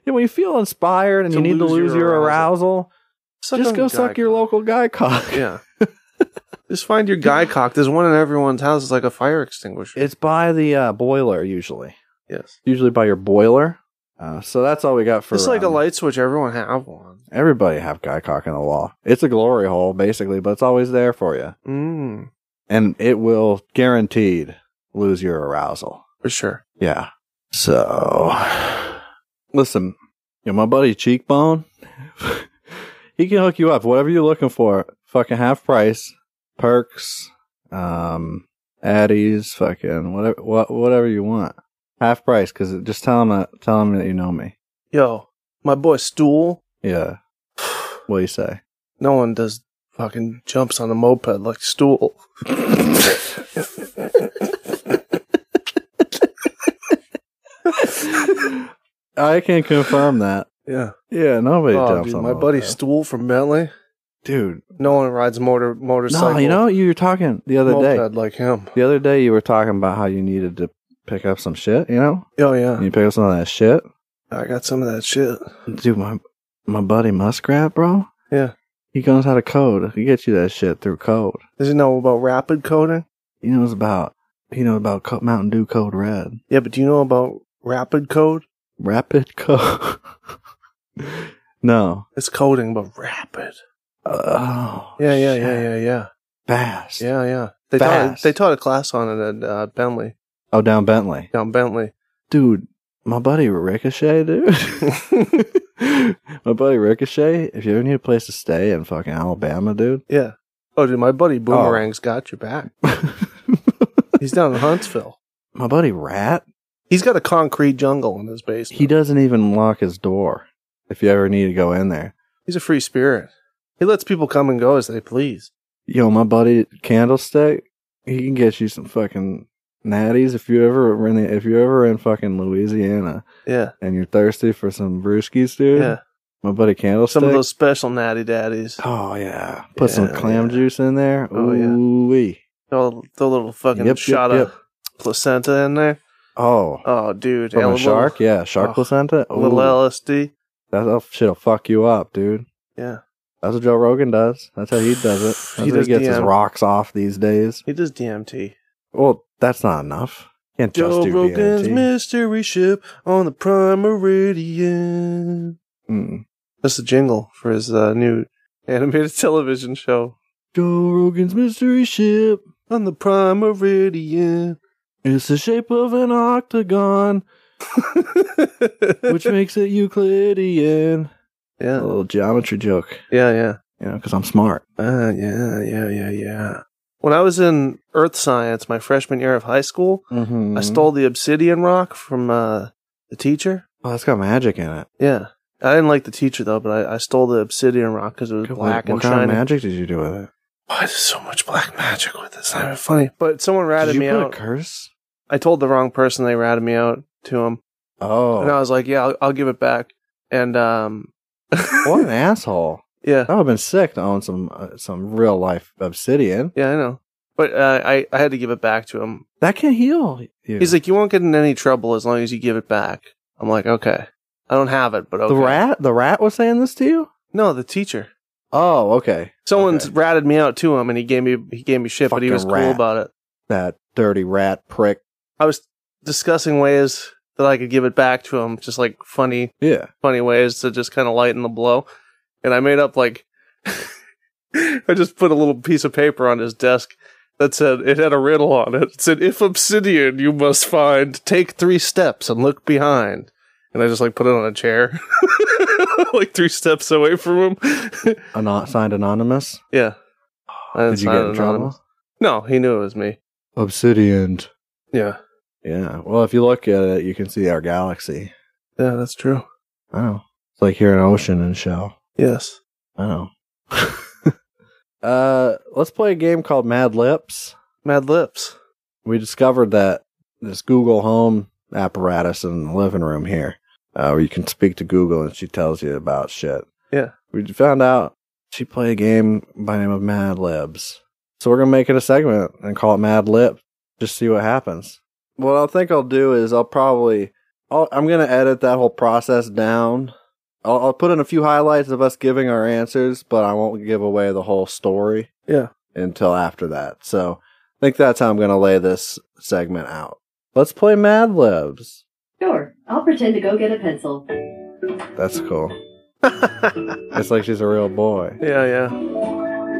[SPEAKER 2] yeah, when you feel inspired and
[SPEAKER 1] To
[SPEAKER 2] you need to
[SPEAKER 1] lose your
[SPEAKER 2] lose your, arousal,
[SPEAKER 1] suck
[SPEAKER 2] just
[SPEAKER 1] on
[SPEAKER 2] go
[SPEAKER 1] guy
[SPEAKER 2] suck your
[SPEAKER 1] cock.
[SPEAKER 2] local guy cock.
[SPEAKER 1] Yeah,
[SPEAKER 2] [LAUGHS]
[SPEAKER 1] just find your guy cock. There's one in everyone's house. It's like a fire extinguisher.
[SPEAKER 2] It's by the uh, boiler usually,
[SPEAKER 1] yes,
[SPEAKER 2] usually by your boiler. Uh, so that's all we got for
[SPEAKER 1] it's like a
[SPEAKER 2] um,
[SPEAKER 1] light switch. Everyone have one.
[SPEAKER 2] Everybody have guy cock in the wall. It's a glory hole basically, but it's always there for you.
[SPEAKER 1] Mm,
[SPEAKER 2] and it will guaranteed lose your arousal.
[SPEAKER 1] for sure.
[SPEAKER 2] Yeah. So, listen, you know, my buddy Cheekbone, [LAUGHS] he can hook you up. Whatever you're looking for, fucking half price, perks, um, Addies, fucking whatever, wha- whatever you want, half price. Because just tell him that, tell him that you know me.
[SPEAKER 1] Yo, my boy
[SPEAKER 2] [SIGHS]
[SPEAKER 1] Stool. [SIGHS]
[SPEAKER 2] Yeah. What do
[SPEAKER 1] [LAUGHS]
[SPEAKER 2] you say?
[SPEAKER 1] No one does fucking jumps on a moped like Stool.
[SPEAKER 2] I can confirm that.
[SPEAKER 1] Yeah.
[SPEAKER 2] Yeah, nobody
[SPEAKER 1] Oh,
[SPEAKER 2] jumps
[SPEAKER 1] dude,
[SPEAKER 2] on
[SPEAKER 1] my
[SPEAKER 2] those
[SPEAKER 1] buddy
[SPEAKER 2] things.
[SPEAKER 1] Stool from Bentley.
[SPEAKER 2] dude.
[SPEAKER 1] No one rides motor motorcycle.
[SPEAKER 2] No, you know, you were talking the other
[SPEAKER 1] moped
[SPEAKER 2] day.
[SPEAKER 1] like him.
[SPEAKER 2] The other day, you were talking about how you needed to pick up some shit. You know,
[SPEAKER 1] Oh yeah,
[SPEAKER 2] you pick up some of that shit,
[SPEAKER 1] I got some of that shit.
[SPEAKER 2] dude. My my buddy Muskrat, bro.
[SPEAKER 1] Yeah.
[SPEAKER 2] he knows how to code. He gets you that shit through code.
[SPEAKER 1] Does he know about rapid coding?
[SPEAKER 2] He knows about he knows about co- Mountain Dew Code Red,
[SPEAKER 1] Yeah, but do you know about rapid code?
[SPEAKER 2] Rapid [LAUGHS] Code. no.
[SPEAKER 1] It's coding, but rapid.
[SPEAKER 2] Oh,
[SPEAKER 1] Yeah, yeah,
[SPEAKER 2] shit.
[SPEAKER 1] yeah, yeah, yeah,
[SPEAKER 2] Fast.
[SPEAKER 1] yeah, yeah. They
[SPEAKER 2] Fast.
[SPEAKER 1] taught they taught a class on it at uh, Bentley
[SPEAKER 2] Oh, down Bentley.
[SPEAKER 1] down Bentley.
[SPEAKER 2] dude, my buddy Ricochet, dude. [LAUGHS] my buddy Ricochet, if you ever need a place to stay in fucking Alabama, dude. [LAUGHS] Oh.
[SPEAKER 1] Yeah. Oh, dude, my buddy Boomerang's got your back. He's down in Huntsville.
[SPEAKER 2] My buddy Rat,
[SPEAKER 1] He's got a concrete jungle in his basement.
[SPEAKER 2] he doesn't even lock his door if you ever need to go in there.
[SPEAKER 1] He's a free spirit. He lets people come and go as they please.
[SPEAKER 2] Yo, my buddy Candlestick, he can get you some fucking natties if you ever were in the, if you ever in fucking Louisiana
[SPEAKER 1] Yeah,
[SPEAKER 2] and you're thirsty for some brewskis, dude.
[SPEAKER 1] yeah.
[SPEAKER 2] My buddy Candlestick.
[SPEAKER 1] Some of those special natty daddies.
[SPEAKER 2] oh yeah, put some
[SPEAKER 1] Yeah,
[SPEAKER 2] clam
[SPEAKER 1] yeah.
[SPEAKER 2] juice in there.
[SPEAKER 1] Oh, yeah.
[SPEAKER 2] Ooh wee.
[SPEAKER 1] Oh, the little fucking
[SPEAKER 2] Yep, yep,
[SPEAKER 1] shot
[SPEAKER 2] yep.
[SPEAKER 1] of placenta in there.
[SPEAKER 2] Oh,
[SPEAKER 1] Oh, dude.
[SPEAKER 2] from
[SPEAKER 1] and
[SPEAKER 2] a shark.
[SPEAKER 1] Little,
[SPEAKER 2] Yeah, shark
[SPEAKER 1] Oh,
[SPEAKER 2] placenta.
[SPEAKER 1] a little
[SPEAKER 2] Ooh.
[SPEAKER 1] LSD.
[SPEAKER 2] That that shit'll fuck you up, dude.
[SPEAKER 1] Yeah.
[SPEAKER 2] That's what Joe Rogan does. That's how he [SIGHS] does it. That's
[SPEAKER 1] He
[SPEAKER 2] he, how
[SPEAKER 1] does
[SPEAKER 2] he gets his
[SPEAKER 1] DM.
[SPEAKER 2] rocks off these days.
[SPEAKER 1] He does DMT.
[SPEAKER 2] Well, that's not enough. Can't just
[SPEAKER 1] Joe
[SPEAKER 2] do
[SPEAKER 1] Rogan's
[SPEAKER 2] DMT.
[SPEAKER 1] mystery ship on the prime meridian.
[SPEAKER 2] Mm.
[SPEAKER 1] That's the jingle for his uh, new animated [LAUGHS] television show
[SPEAKER 2] Joe Rogan's mystery ship.
[SPEAKER 1] on the prime meridian. [LAUGHS]
[SPEAKER 2] It's the shape of an octagon, [LAUGHS] which makes it Euclidean. A
[SPEAKER 1] yeah,
[SPEAKER 2] little geometry joke,
[SPEAKER 1] yeah, yeah.
[SPEAKER 2] you know, because I'm smart.
[SPEAKER 1] Ah, yeah, yeah, yeah, yeah. When I was in earth science, my freshman year of high school,
[SPEAKER 2] Mm-hmm.
[SPEAKER 1] I stole the obsidian rock from uh, the teacher.
[SPEAKER 2] Oh, that's got magic in it.
[SPEAKER 1] Yeah. I didn't like the teacher though, but I, I stole the obsidian rock because it was
[SPEAKER 2] What-
[SPEAKER 1] black
[SPEAKER 2] what
[SPEAKER 1] and
[SPEAKER 2] kind
[SPEAKER 1] shiny.
[SPEAKER 2] of magic did you do with it?
[SPEAKER 1] Why is so much black magic with this? It's not even funny. But someone ratted
[SPEAKER 2] did you
[SPEAKER 1] me
[SPEAKER 2] put
[SPEAKER 1] out.
[SPEAKER 2] a curse?
[SPEAKER 1] I told the wrong person they ratted me out to him.
[SPEAKER 2] Oh,
[SPEAKER 1] And I was like, yeah, I'll, I'll give it back. And, um, [LAUGHS]
[SPEAKER 2] what an asshole!
[SPEAKER 1] yeah,
[SPEAKER 2] That would have been sick to own some uh, some real life obsidian.
[SPEAKER 1] yeah, I know. But uh, I, I had to give it back to him.
[SPEAKER 2] That can heal. You.
[SPEAKER 1] He's like, you won't get in any trouble as long as you give it back. I'm like, okay. I don't have it, but okay.
[SPEAKER 2] the rat. The rat was saying this to you.
[SPEAKER 1] No, the teacher.
[SPEAKER 2] Oh, okay.
[SPEAKER 1] Someone's
[SPEAKER 2] Okay.
[SPEAKER 1] ratted me out to him and he gave me, he gave me shit, but he
[SPEAKER 2] Fucking
[SPEAKER 1] was cool
[SPEAKER 2] rat.
[SPEAKER 1] about it.
[SPEAKER 2] That dirty rat prick.
[SPEAKER 1] I was discussing ways that I could give it back to him, just like funny,
[SPEAKER 2] Yeah.
[SPEAKER 1] funny ways to just kind of lighten the blow. And I made up like, [LAUGHS] I just put a little piece of paper on his desk that said it had a riddle on it. It said, "If obsidian you must find, take three steps and look behind." And I just like put it on a chair, [LAUGHS] like three steps away from him. [LAUGHS]
[SPEAKER 2] Ano- signed anonymous.
[SPEAKER 1] yeah. I didn't
[SPEAKER 2] Did you
[SPEAKER 1] sign
[SPEAKER 2] get in
[SPEAKER 1] it
[SPEAKER 2] trouble?
[SPEAKER 1] anonymous. No, he knew it was me.
[SPEAKER 2] Obsidian.
[SPEAKER 1] Yeah.
[SPEAKER 2] Yeah. Well, if you look at it, you can see our galaxy.
[SPEAKER 1] Yeah, that's true.
[SPEAKER 2] Wow. It's like you're an ocean and shell.
[SPEAKER 1] Yes.
[SPEAKER 2] Wow. [LAUGHS] uh, let's play a game called Mad Lips.
[SPEAKER 1] Mad lips.
[SPEAKER 2] We discovered that this Google Home apparatus in the living room here, uh, where you can speak to Google and she tells you about shit.
[SPEAKER 1] Yeah.
[SPEAKER 2] We found out she played a game by the name of Mad Libs. So we're going to make it a segment and call it Mad Lip. Just see what happens. What I think I'll do is I'll probably, I'll, I'm going to edit that whole process down. I'll, I'll put in a few highlights of us giving our answers, but I won't give away the whole story.
[SPEAKER 1] Yeah.
[SPEAKER 2] Until after that. So, I think that's how I'm going to lay this segment out. Let's play Mad Libs.
[SPEAKER 5] Sure, I'll pretend to go get a pencil.
[SPEAKER 2] That's cool. It's like she's a real boy.
[SPEAKER 1] Yeah, yeah.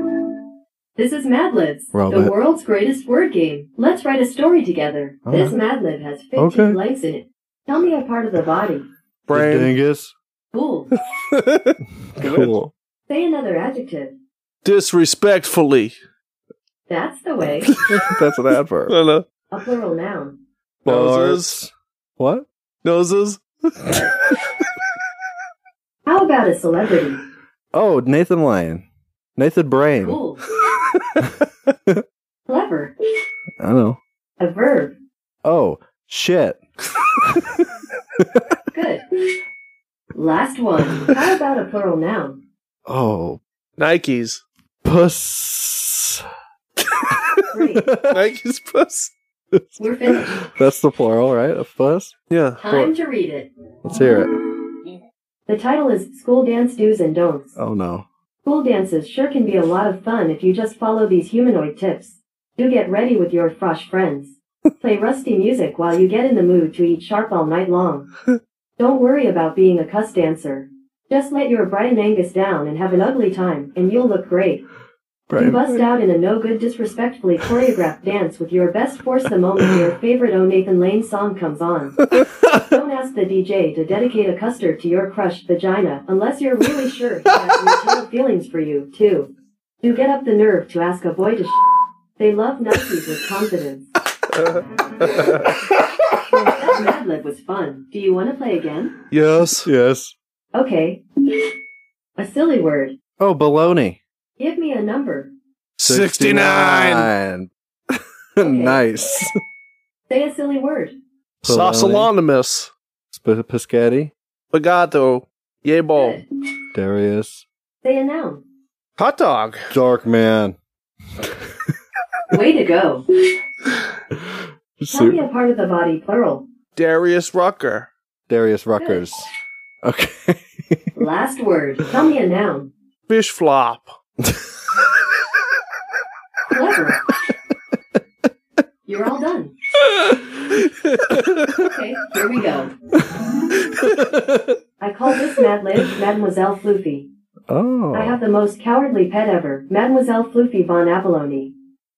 [SPEAKER 5] This is Mad Libs,
[SPEAKER 2] Roll
[SPEAKER 5] the
[SPEAKER 2] it.
[SPEAKER 5] world's greatest word game. Let's write a story together.
[SPEAKER 2] All
[SPEAKER 5] This
[SPEAKER 2] right.
[SPEAKER 5] Mad Lib has 15
[SPEAKER 2] Okay.
[SPEAKER 5] legs in it. Tell me a part of the body.
[SPEAKER 1] Brain.
[SPEAKER 2] Dingus.
[SPEAKER 5] Cool.
[SPEAKER 2] Cool. [LAUGHS]
[SPEAKER 5] Say another adjective.
[SPEAKER 1] Disrespectfully.
[SPEAKER 5] That's the way.
[SPEAKER 2] that's an adverb.
[SPEAKER 1] Hello.
[SPEAKER 5] a plural noun.
[SPEAKER 1] Noses.
[SPEAKER 2] What?
[SPEAKER 1] Noses.
[SPEAKER 5] How about a celebrity?
[SPEAKER 2] Oh, Nathan Lane. Nathan Brain.
[SPEAKER 5] Cool. Clever.
[SPEAKER 2] I don't know.
[SPEAKER 5] A verb.
[SPEAKER 2] Oh, shit.
[SPEAKER 5] Good. Last one. How about a plural noun?
[SPEAKER 2] Oh,
[SPEAKER 1] Nikes.
[SPEAKER 2] puss.
[SPEAKER 1] [LAUGHS]
[SPEAKER 5] Three.
[SPEAKER 1] Nikes puss.
[SPEAKER 5] We're finished.
[SPEAKER 2] [LAUGHS] That's the plural, right? Of puss?
[SPEAKER 1] Yeah.
[SPEAKER 5] Time to read it.
[SPEAKER 2] Let's hear it.
[SPEAKER 5] The title is School Dance Do's and Don'ts.
[SPEAKER 2] Oh, no.
[SPEAKER 5] School dances sure can be a lot of fun if you just follow these humanoid tips. Do get ready with your frosh friends. Play rusty music while you get in the mood to eat sharp all night long. Don't worry about being a cuss dancer. Just let your Brian Angus down and have an ugly time, and you'll look great. You bust out in a no good, disrespectfully choreographed dance with your best force the moment your favorite O Nathan Lane song comes on. Don't ask the DJ to dedicate a custard to your crushed vagina unless you're really sure he has maternal feelings for you, too. Do get up the nerve to ask a boy to sh- They love Nikes with confidence. That Mad Lib was fun. Do you want to play again?
[SPEAKER 1] yes.
[SPEAKER 2] yes.
[SPEAKER 5] Okay. A silly word.
[SPEAKER 2] Oh, baloney.
[SPEAKER 5] Give me a number.
[SPEAKER 1] 69.
[SPEAKER 2] 69. [LAUGHS] nice.
[SPEAKER 5] Say a silly word.
[SPEAKER 1] Sausalonimus.
[SPEAKER 2] Sp- Piscetti,
[SPEAKER 1] Bagato. Yay ball.
[SPEAKER 5] Good.
[SPEAKER 2] Darius,
[SPEAKER 5] Say a noun.
[SPEAKER 1] Hot dog.
[SPEAKER 2] Dark Man.
[SPEAKER 5] Way to go. Tell me
[SPEAKER 2] Su-
[SPEAKER 5] a part of the body plural.
[SPEAKER 1] Darius Rucker.
[SPEAKER 2] Darius
[SPEAKER 5] [LAUGHS]
[SPEAKER 2] Ruckers. Okay.
[SPEAKER 5] Last word. Tell me a noun.
[SPEAKER 1] Fish flop.
[SPEAKER 5] Clever. You're all done. Okay, here we go. I call this Mad Lib Mademoiselle Floofy. I
[SPEAKER 2] Oh.
[SPEAKER 5] have the most cowardly pet ever, Mademoiselle Floofy von Abalone.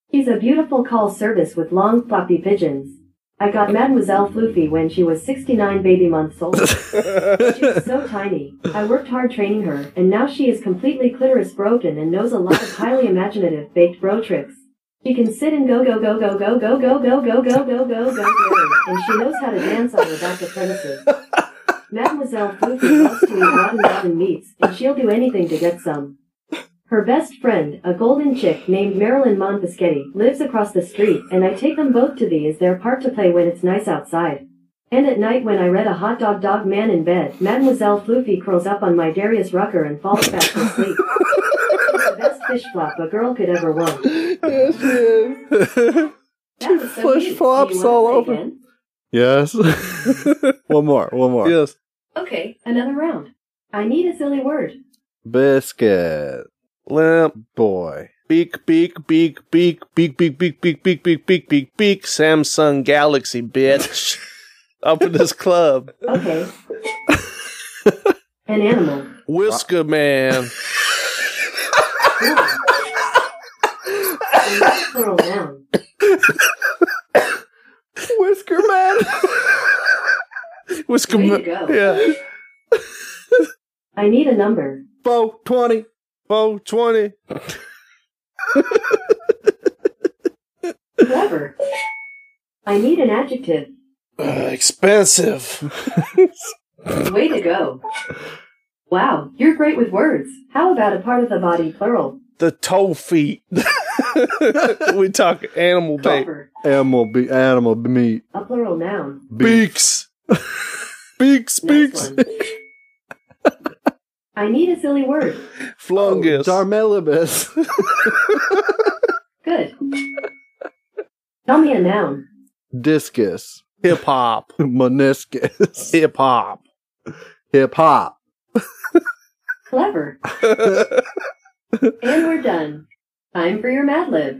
[SPEAKER 5] He's a beautiful call service with long floppy pigeons. I got Mademoiselle Floofy when she was 69 baby months old. She was so tiny. I worked hard training her, and now she is completely clitoris broken and knows a lot of highly imaginative baked bro tricks. She can sit and go go go go go go go go go go go go go go, and she knows how to dance on her back apprentices. Mademoiselle Floofy loves to eat rotten rotten meats, and she'll do anything to get some. Her best friend, a golden chick named Marilyn Monfischetti, lives across the street, and I take them both to the as their park to play when it's nice outside. And at night when I read a hot dog dog man in bed, Mademoiselle Floofy curls up on my Darius Rucker and falls fast asleep. It's the best fish flop a girl could ever want. That was so
[SPEAKER 2] Fish
[SPEAKER 5] neat. Do you
[SPEAKER 2] flops
[SPEAKER 5] wanna
[SPEAKER 2] all over.
[SPEAKER 5] play again?
[SPEAKER 2] [LAUGHS] yes. one more. One more.
[SPEAKER 1] yes.
[SPEAKER 5] Okay, another round. I need a silly word.
[SPEAKER 2] Biscuit
[SPEAKER 1] Limp.
[SPEAKER 2] boy.
[SPEAKER 1] Beak, beak, beak, beak, beak, beak, beak, beak, beak, beak, beak, beak, beak, Samsung Galaxy, [LAUGHS] bitch. Up in this club.
[SPEAKER 5] Okay. An animal.
[SPEAKER 1] Whisker man.
[SPEAKER 5] A plural noun.
[SPEAKER 2] Whisker man.
[SPEAKER 1] [LAUGHS] Whisker
[SPEAKER 5] Way to
[SPEAKER 1] man.
[SPEAKER 5] go.
[SPEAKER 1] Yeah.
[SPEAKER 5] I need a number.
[SPEAKER 2] Bo twenty.
[SPEAKER 1] Bo 20.
[SPEAKER 5] Clever. I need an adjective.
[SPEAKER 1] Uh, expensive.
[SPEAKER 5] Way to go. Wow, you're great with words. How about a part of the body plural?
[SPEAKER 1] The toe feet. [LAUGHS] we talk animal bait.
[SPEAKER 5] Clever.
[SPEAKER 2] [LAUGHS] Animal be animal be- meat.
[SPEAKER 5] A plural noun.
[SPEAKER 1] Beaks. [LAUGHS] Beaks,
[SPEAKER 5] Next
[SPEAKER 1] beaks.
[SPEAKER 5] one. I need a silly word.
[SPEAKER 1] Flungus.
[SPEAKER 2] Darmelibus. [LAUGHS]
[SPEAKER 5] Good. Tell me a noun.
[SPEAKER 2] Discus.
[SPEAKER 1] Hip hop.
[SPEAKER 2] [LAUGHS] Meniscus.
[SPEAKER 1] Hip hop.
[SPEAKER 2] Hip hop.
[SPEAKER 5] Clever. and we're done. Time for your Mad Lib.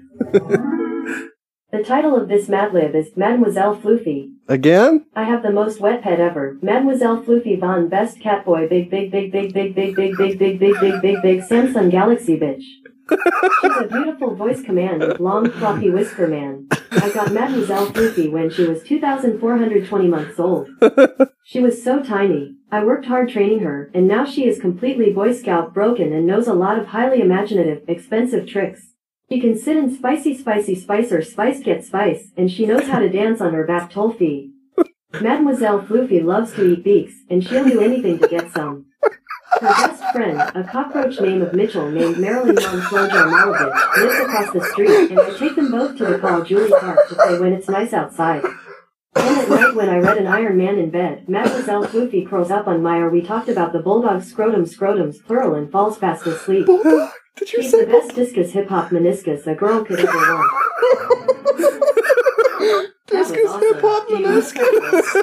[SPEAKER 5] the title of this Mad Lib is Mademoiselle Floofy.
[SPEAKER 2] Again?
[SPEAKER 5] I have the most wet pet ever. Mademoiselle Floofy von Best Catboy Big Big Big Big Big Big Big Big Big Big Big Big Big Samsung Galaxy Bitch. She's a beautiful voice command with long floppy whisker man. I got Mademoiselle Floofy when she was 2,420 months old. She was so tiny. I worked hard training her, and now she is completely Boy Scout broken and knows a lot of highly imaginative, expensive tricks. She can sit in spicy, spicy, spice or spice get spice, and she knows how to dance on her back toe fee. Mademoiselle Floofy loves to eat beaks, and she'll do anything to get some. Her best friend, a cockroach named of Mitchell named Marilyn Monflojo Malovich, lives across the street, and I take them both to the call Julie Park to play when it's nice outside. And at night when I read an Iron Man in bed, Mademoiselle Floofy curls up on my or we talked about the bulldog scrotum scrotums plural and falls fast asleep.
[SPEAKER 2] Did
[SPEAKER 5] She's the best discus hip hop meniscus a girl could ever want. That
[SPEAKER 2] [LAUGHS]
[SPEAKER 5] was
[SPEAKER 2] Discus
[SPEAKER 5] awesome.
[SPEAKER 2] hip hop
[SPEAKER 5] Do you want to play this?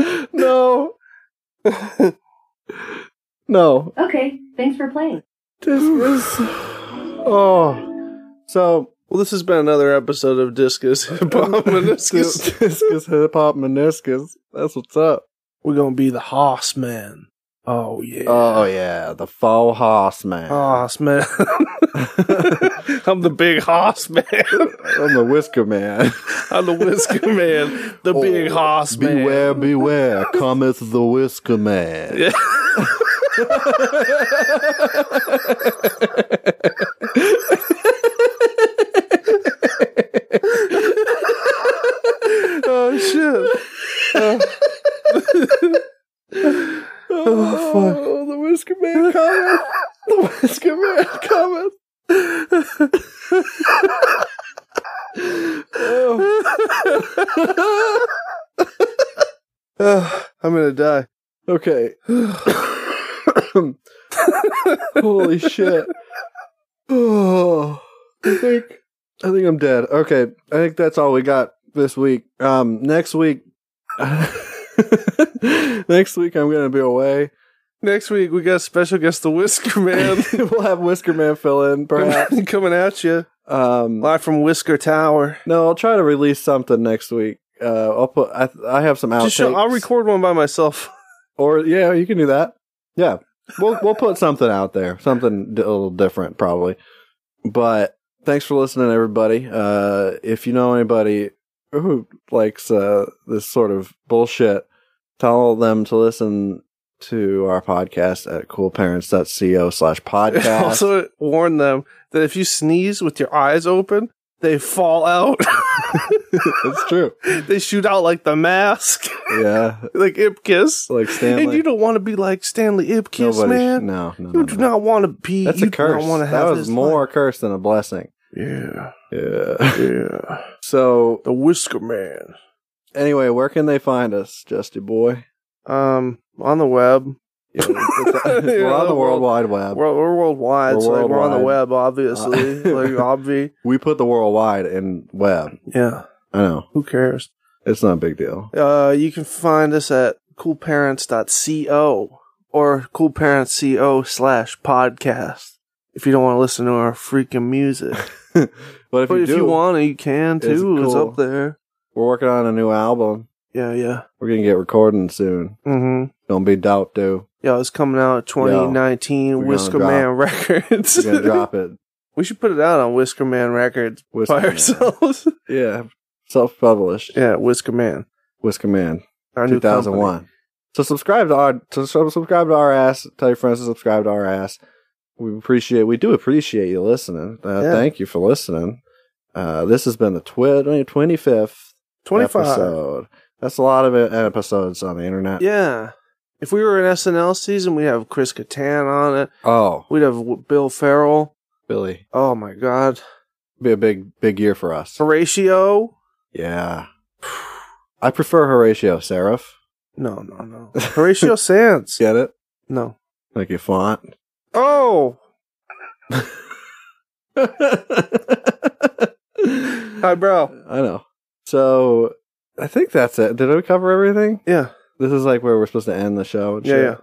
[SPEAKER 2] meniscus? no. no.
[SPEAKER 5] Okay, thanks for playing.
[SPEAKER 2] Discus. Oh. [LAUGHS] So
[SPEAKER 1] Well, this has been another episode of [LAUGHS] Discus Hip Hop Meniscus.
[SPEAKER 2] discus hip hop meniscus. That's what's up.
[SPEAKER 1] We're gonna be the horseman. Oh yeah,
[SPEAKER 2] Oh yeah, Oh, the faux hoss man.
[SPEAKER 1] horseman. [LAUGHS] I'm the big horseman.
[SPEAKER 2] I'm the whisker man.
[SPEAKER 1] [LAUGHS]
[SPEAKER 2] [LAUGHS]
[SPEAKER 1] I'm the [LAUGHS] whisker man. The big horseman.
[SPEAKER 2] Beware, beware, cometh the whisker man. [LAUGHS]
[SPEAKER 1] Yeah.
[SPEAKER 2] Oh, [LAUGHS] Oh.
[SPEAKER 1] [SIGHS] die. [SIGHS]
[SPEAKER 2] Okay. [COUGHS]
[SPEAKER 1] I
[SPEAKER 2] Holy shit.
[SPEAKER 1] [SIGHS]
[SPEAKER 2] Oh, I think I think I'm dead. Okay, I think that's all we got this week. Um, next week, [LAUGHS] next week I'm gonna be away. [LAUGHS]
[SPEAKER 1] Next week we got special guest the Whisker [LAUGHS] Man
[SPEAKER 2] we'll have Whisker Man fill in, perhaps.
[SPEAKER 1] [LAUGHS] coming at you [LAUGHS]
[SPEAKER 2] Um,
[SPEAKER 1] live from Whisker Tower.
[SPEAKER 2] no, I'll try to release something next week. Uh, I'll put I I have some outtakes.
[SPEAKER 1] Just show, I'll record one by
[SPEAKER 2] [LAUGHS]
[SPEAKER 1] myself.
[SPEAKER 2] Or yeah, you can do that. Yeah, we'll we'll put something out there, something d- a little different probably. But thanks for listening, everybody. Uh, if you know anybody who likes uh, this sort of bullshit, tell them to listen to our podcast at coolparents.co slash podcast.
[SPEAKER 1] [LAUGHS] also warn them that if you sneeze with your eyes open, they fall out. [LAUGHS]
[SPEAKER 2] it's true.
[SPEAKER 1] they shoot out like the mask, [LAUGHS]
[SPEAKER 2] Yeah,
[SPEAKER 1] like Ipkiss. [LAUGHS]
[SPEAKER 2] like Stanley.
[SPEAKER 1] And you don't want to be like Stanley Ipkiss,
[SPEAKER 2] Nobody sh-
[SPEAKER 1] man.
[SPEAKER 2] no, no, no,
[SPEAKER 1] You do
[SPEAKER 2] no.
[SPEAKER 1] not want to be.
[SPEAKER 2] That's
[SPEAKER 1] you
[SPEAKER 2] a curse.
[SPEAKER 1] Do not want to have
[SPEAKER 2] That was
[SPEAKER 1] his
[SPEAKER 2] more a curse than a blessing.
[SPEAKER 1] life.
[SPEAKER 2] Yeah. [LAUGHS]
[SPEAKER 1] Yeah, yeah.
[SPEAKER 2] so
[SPEAKER 1] The Whisker Man.
[SPEAKER 2] anyway, where can they find us, Justy boy?
[SPEAKER 1] Um, on the web,
[SPEAKER 2] Yeah, it's-
[SPEAKER 1] [LAUGHS] Yeah,
[SPEAKER 2] we're on the
[SPEAKER 1] the
[SPEAKER 2] World
[SPEAKER 1] world-
[SPEAKER 2] Wide Web.
[SPEAKER 1] we're, we're worldwide,
[SPEAKER 2] We're
[SPEAKER 1] so like, we're on the
[SPEAKER 2] worldwide.
[SPEAKER 1] web, obviously.
[SPEAKER 2] Uh, [LAUGHS]
[SPEAKER 1] like obvi.
[SPEAKER 2] we put the World Wide in web.
[SPEAKER 1] Yeah.
[SPEAKER 2] I know
[SPEAKER 1] Who cares?
[SPEAKER 2] it's not a big deal. [LAUGHS]
[SPEAKER 1] Uh, you can find us at coolparents.co or coolparentsco slash podcast. If you don't want to listen to our freaking music,
[SPEAKER 2] but [LAUGHS] if
[SPEAKER 1] but
[SPEAKER 2] you
[SPEAKER 1] if
[SPEAKER 2] do,
[SPEAKER 1] you want to, you can
[SPEAKER 2] it's
[SPEAKER 1] too. It's,
[SPEAKER 2] cool.
[SPEAKER 1] up there.
[SPEAKER 2] we're working on a new album.
[SPEAKER 1] Yeah, yeah.
[SPEAKER 2] We're gonna get recording soon.
[SPEAKER 1] Mm-hmm.
[SPEAKER 2] Don't be dope, dude.
[SPEAKER 1] Yeah, it's coming out 2019
[SPEAKER 2] we're gonna
[SPEAKER 1] Whisker
[SPEAKER 2] drop-
[SPEAKER 1] Man Records.
[SPEAKER 2] We're
[SPEAKER 1] [LAUGHS]
[SPEAKER 2] gonna drop it.
[SPEAKER 1] we should put it out on Whisker Man Records
[SPEAKER 2] Whisker
[SPEAKER 1] by
[SPEAKER 2] Man.
[SPEAKER 1] ourselves. [LAUGHS]
[SPEAKER 2] Yeah, self-published.
[SPEAKER 1] yeah, Whisker Man.
[SPEAKER 2] Whisker Man,
[SPEAKER 1] Our new
[SPEAKER 2] two thousand
[SPEAKER 1] company.
[SPEAKER 2] one. So subscribe to our to sub- subscribe to our ass. Tell your friends to subscribe to our ass. We appreciate we do appreciate you listening. Uh,
[SPEAKER 1] Yeah.
[SPEAKER 2] Thank you for listening. Uh, this has been the twi- 25th
[SPEAKER 1] 25.
[SPEAKER 2] episode. That's a lot of e- episodes on the internet.
[SPEAKER 1] Yeah. If we were in SNL season, we'd have Chris Kattan on it.
[SPEAKER 2] Oh,
[SPEAKER 1] We'd have W- Bill Farrell.
[SPEAKER 2] Billy,
[SPEAKER 1] Oh my God.
[SPEAKER 2] be a big big year for us.
[SPEAKER 1] Horatio?
[SPEAKER 2] Yeah, I prefer Horatio Seraph.
[SPEAKER 1] No, no, no.
[SPEAKER 2] [LAUGHS]
[SPEAKER 1] Horatio Sands.
[SPEAKER 2] Get it?
[SPEAKER 1] No.
[SPEAKER 2] Like you font.
[SPEAKER 1] Oh, hi, bro.
[SPEAKER 2] [LAUGHS] I know. So I think that's it. Did we cover everything?
[SPEAKER 1] Yeah.
[SPEAKER 2] This is like where we're supposed to end the show. And
[SPEAKER 1] Yeah,
[SPEAKER 2] Oh, shit.
[SPEAKER 1] yeah.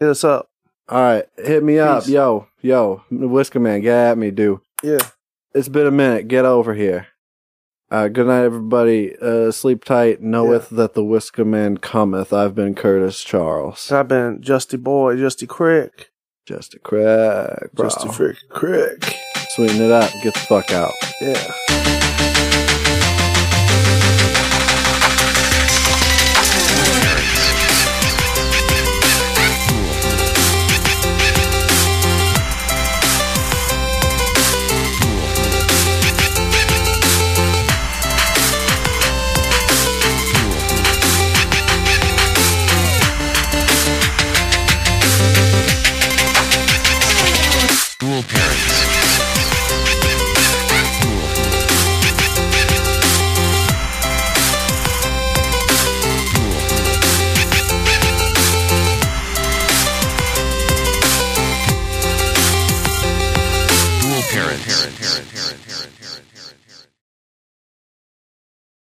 [SPEAKER 1] Hit us up.
[SPEAKER 2] All right, hit me up,
[SPEAKER 1] Peace.
[SPEAKER 2] yo, yo, Whisker Man, get at me, dude.
[SPEAKER 1] Yeah.
[SPEAKER 2] It's been a minute. Get over here. Uh, good night, everybody. Uh, sleep tight. Knoweth that the Whisker Man cometh. I've been Curtis Charles.
[SPEAKER 1] So I've been Justy Boy, Justy Crick.
[SPEAKER 2] Just a crack, bro.
[SPEAKER 1] Justy Frick Crick.
[SPEAKER 2] Sweeten it up. Get the fuck out.
[SPEAKER 1] Yeah.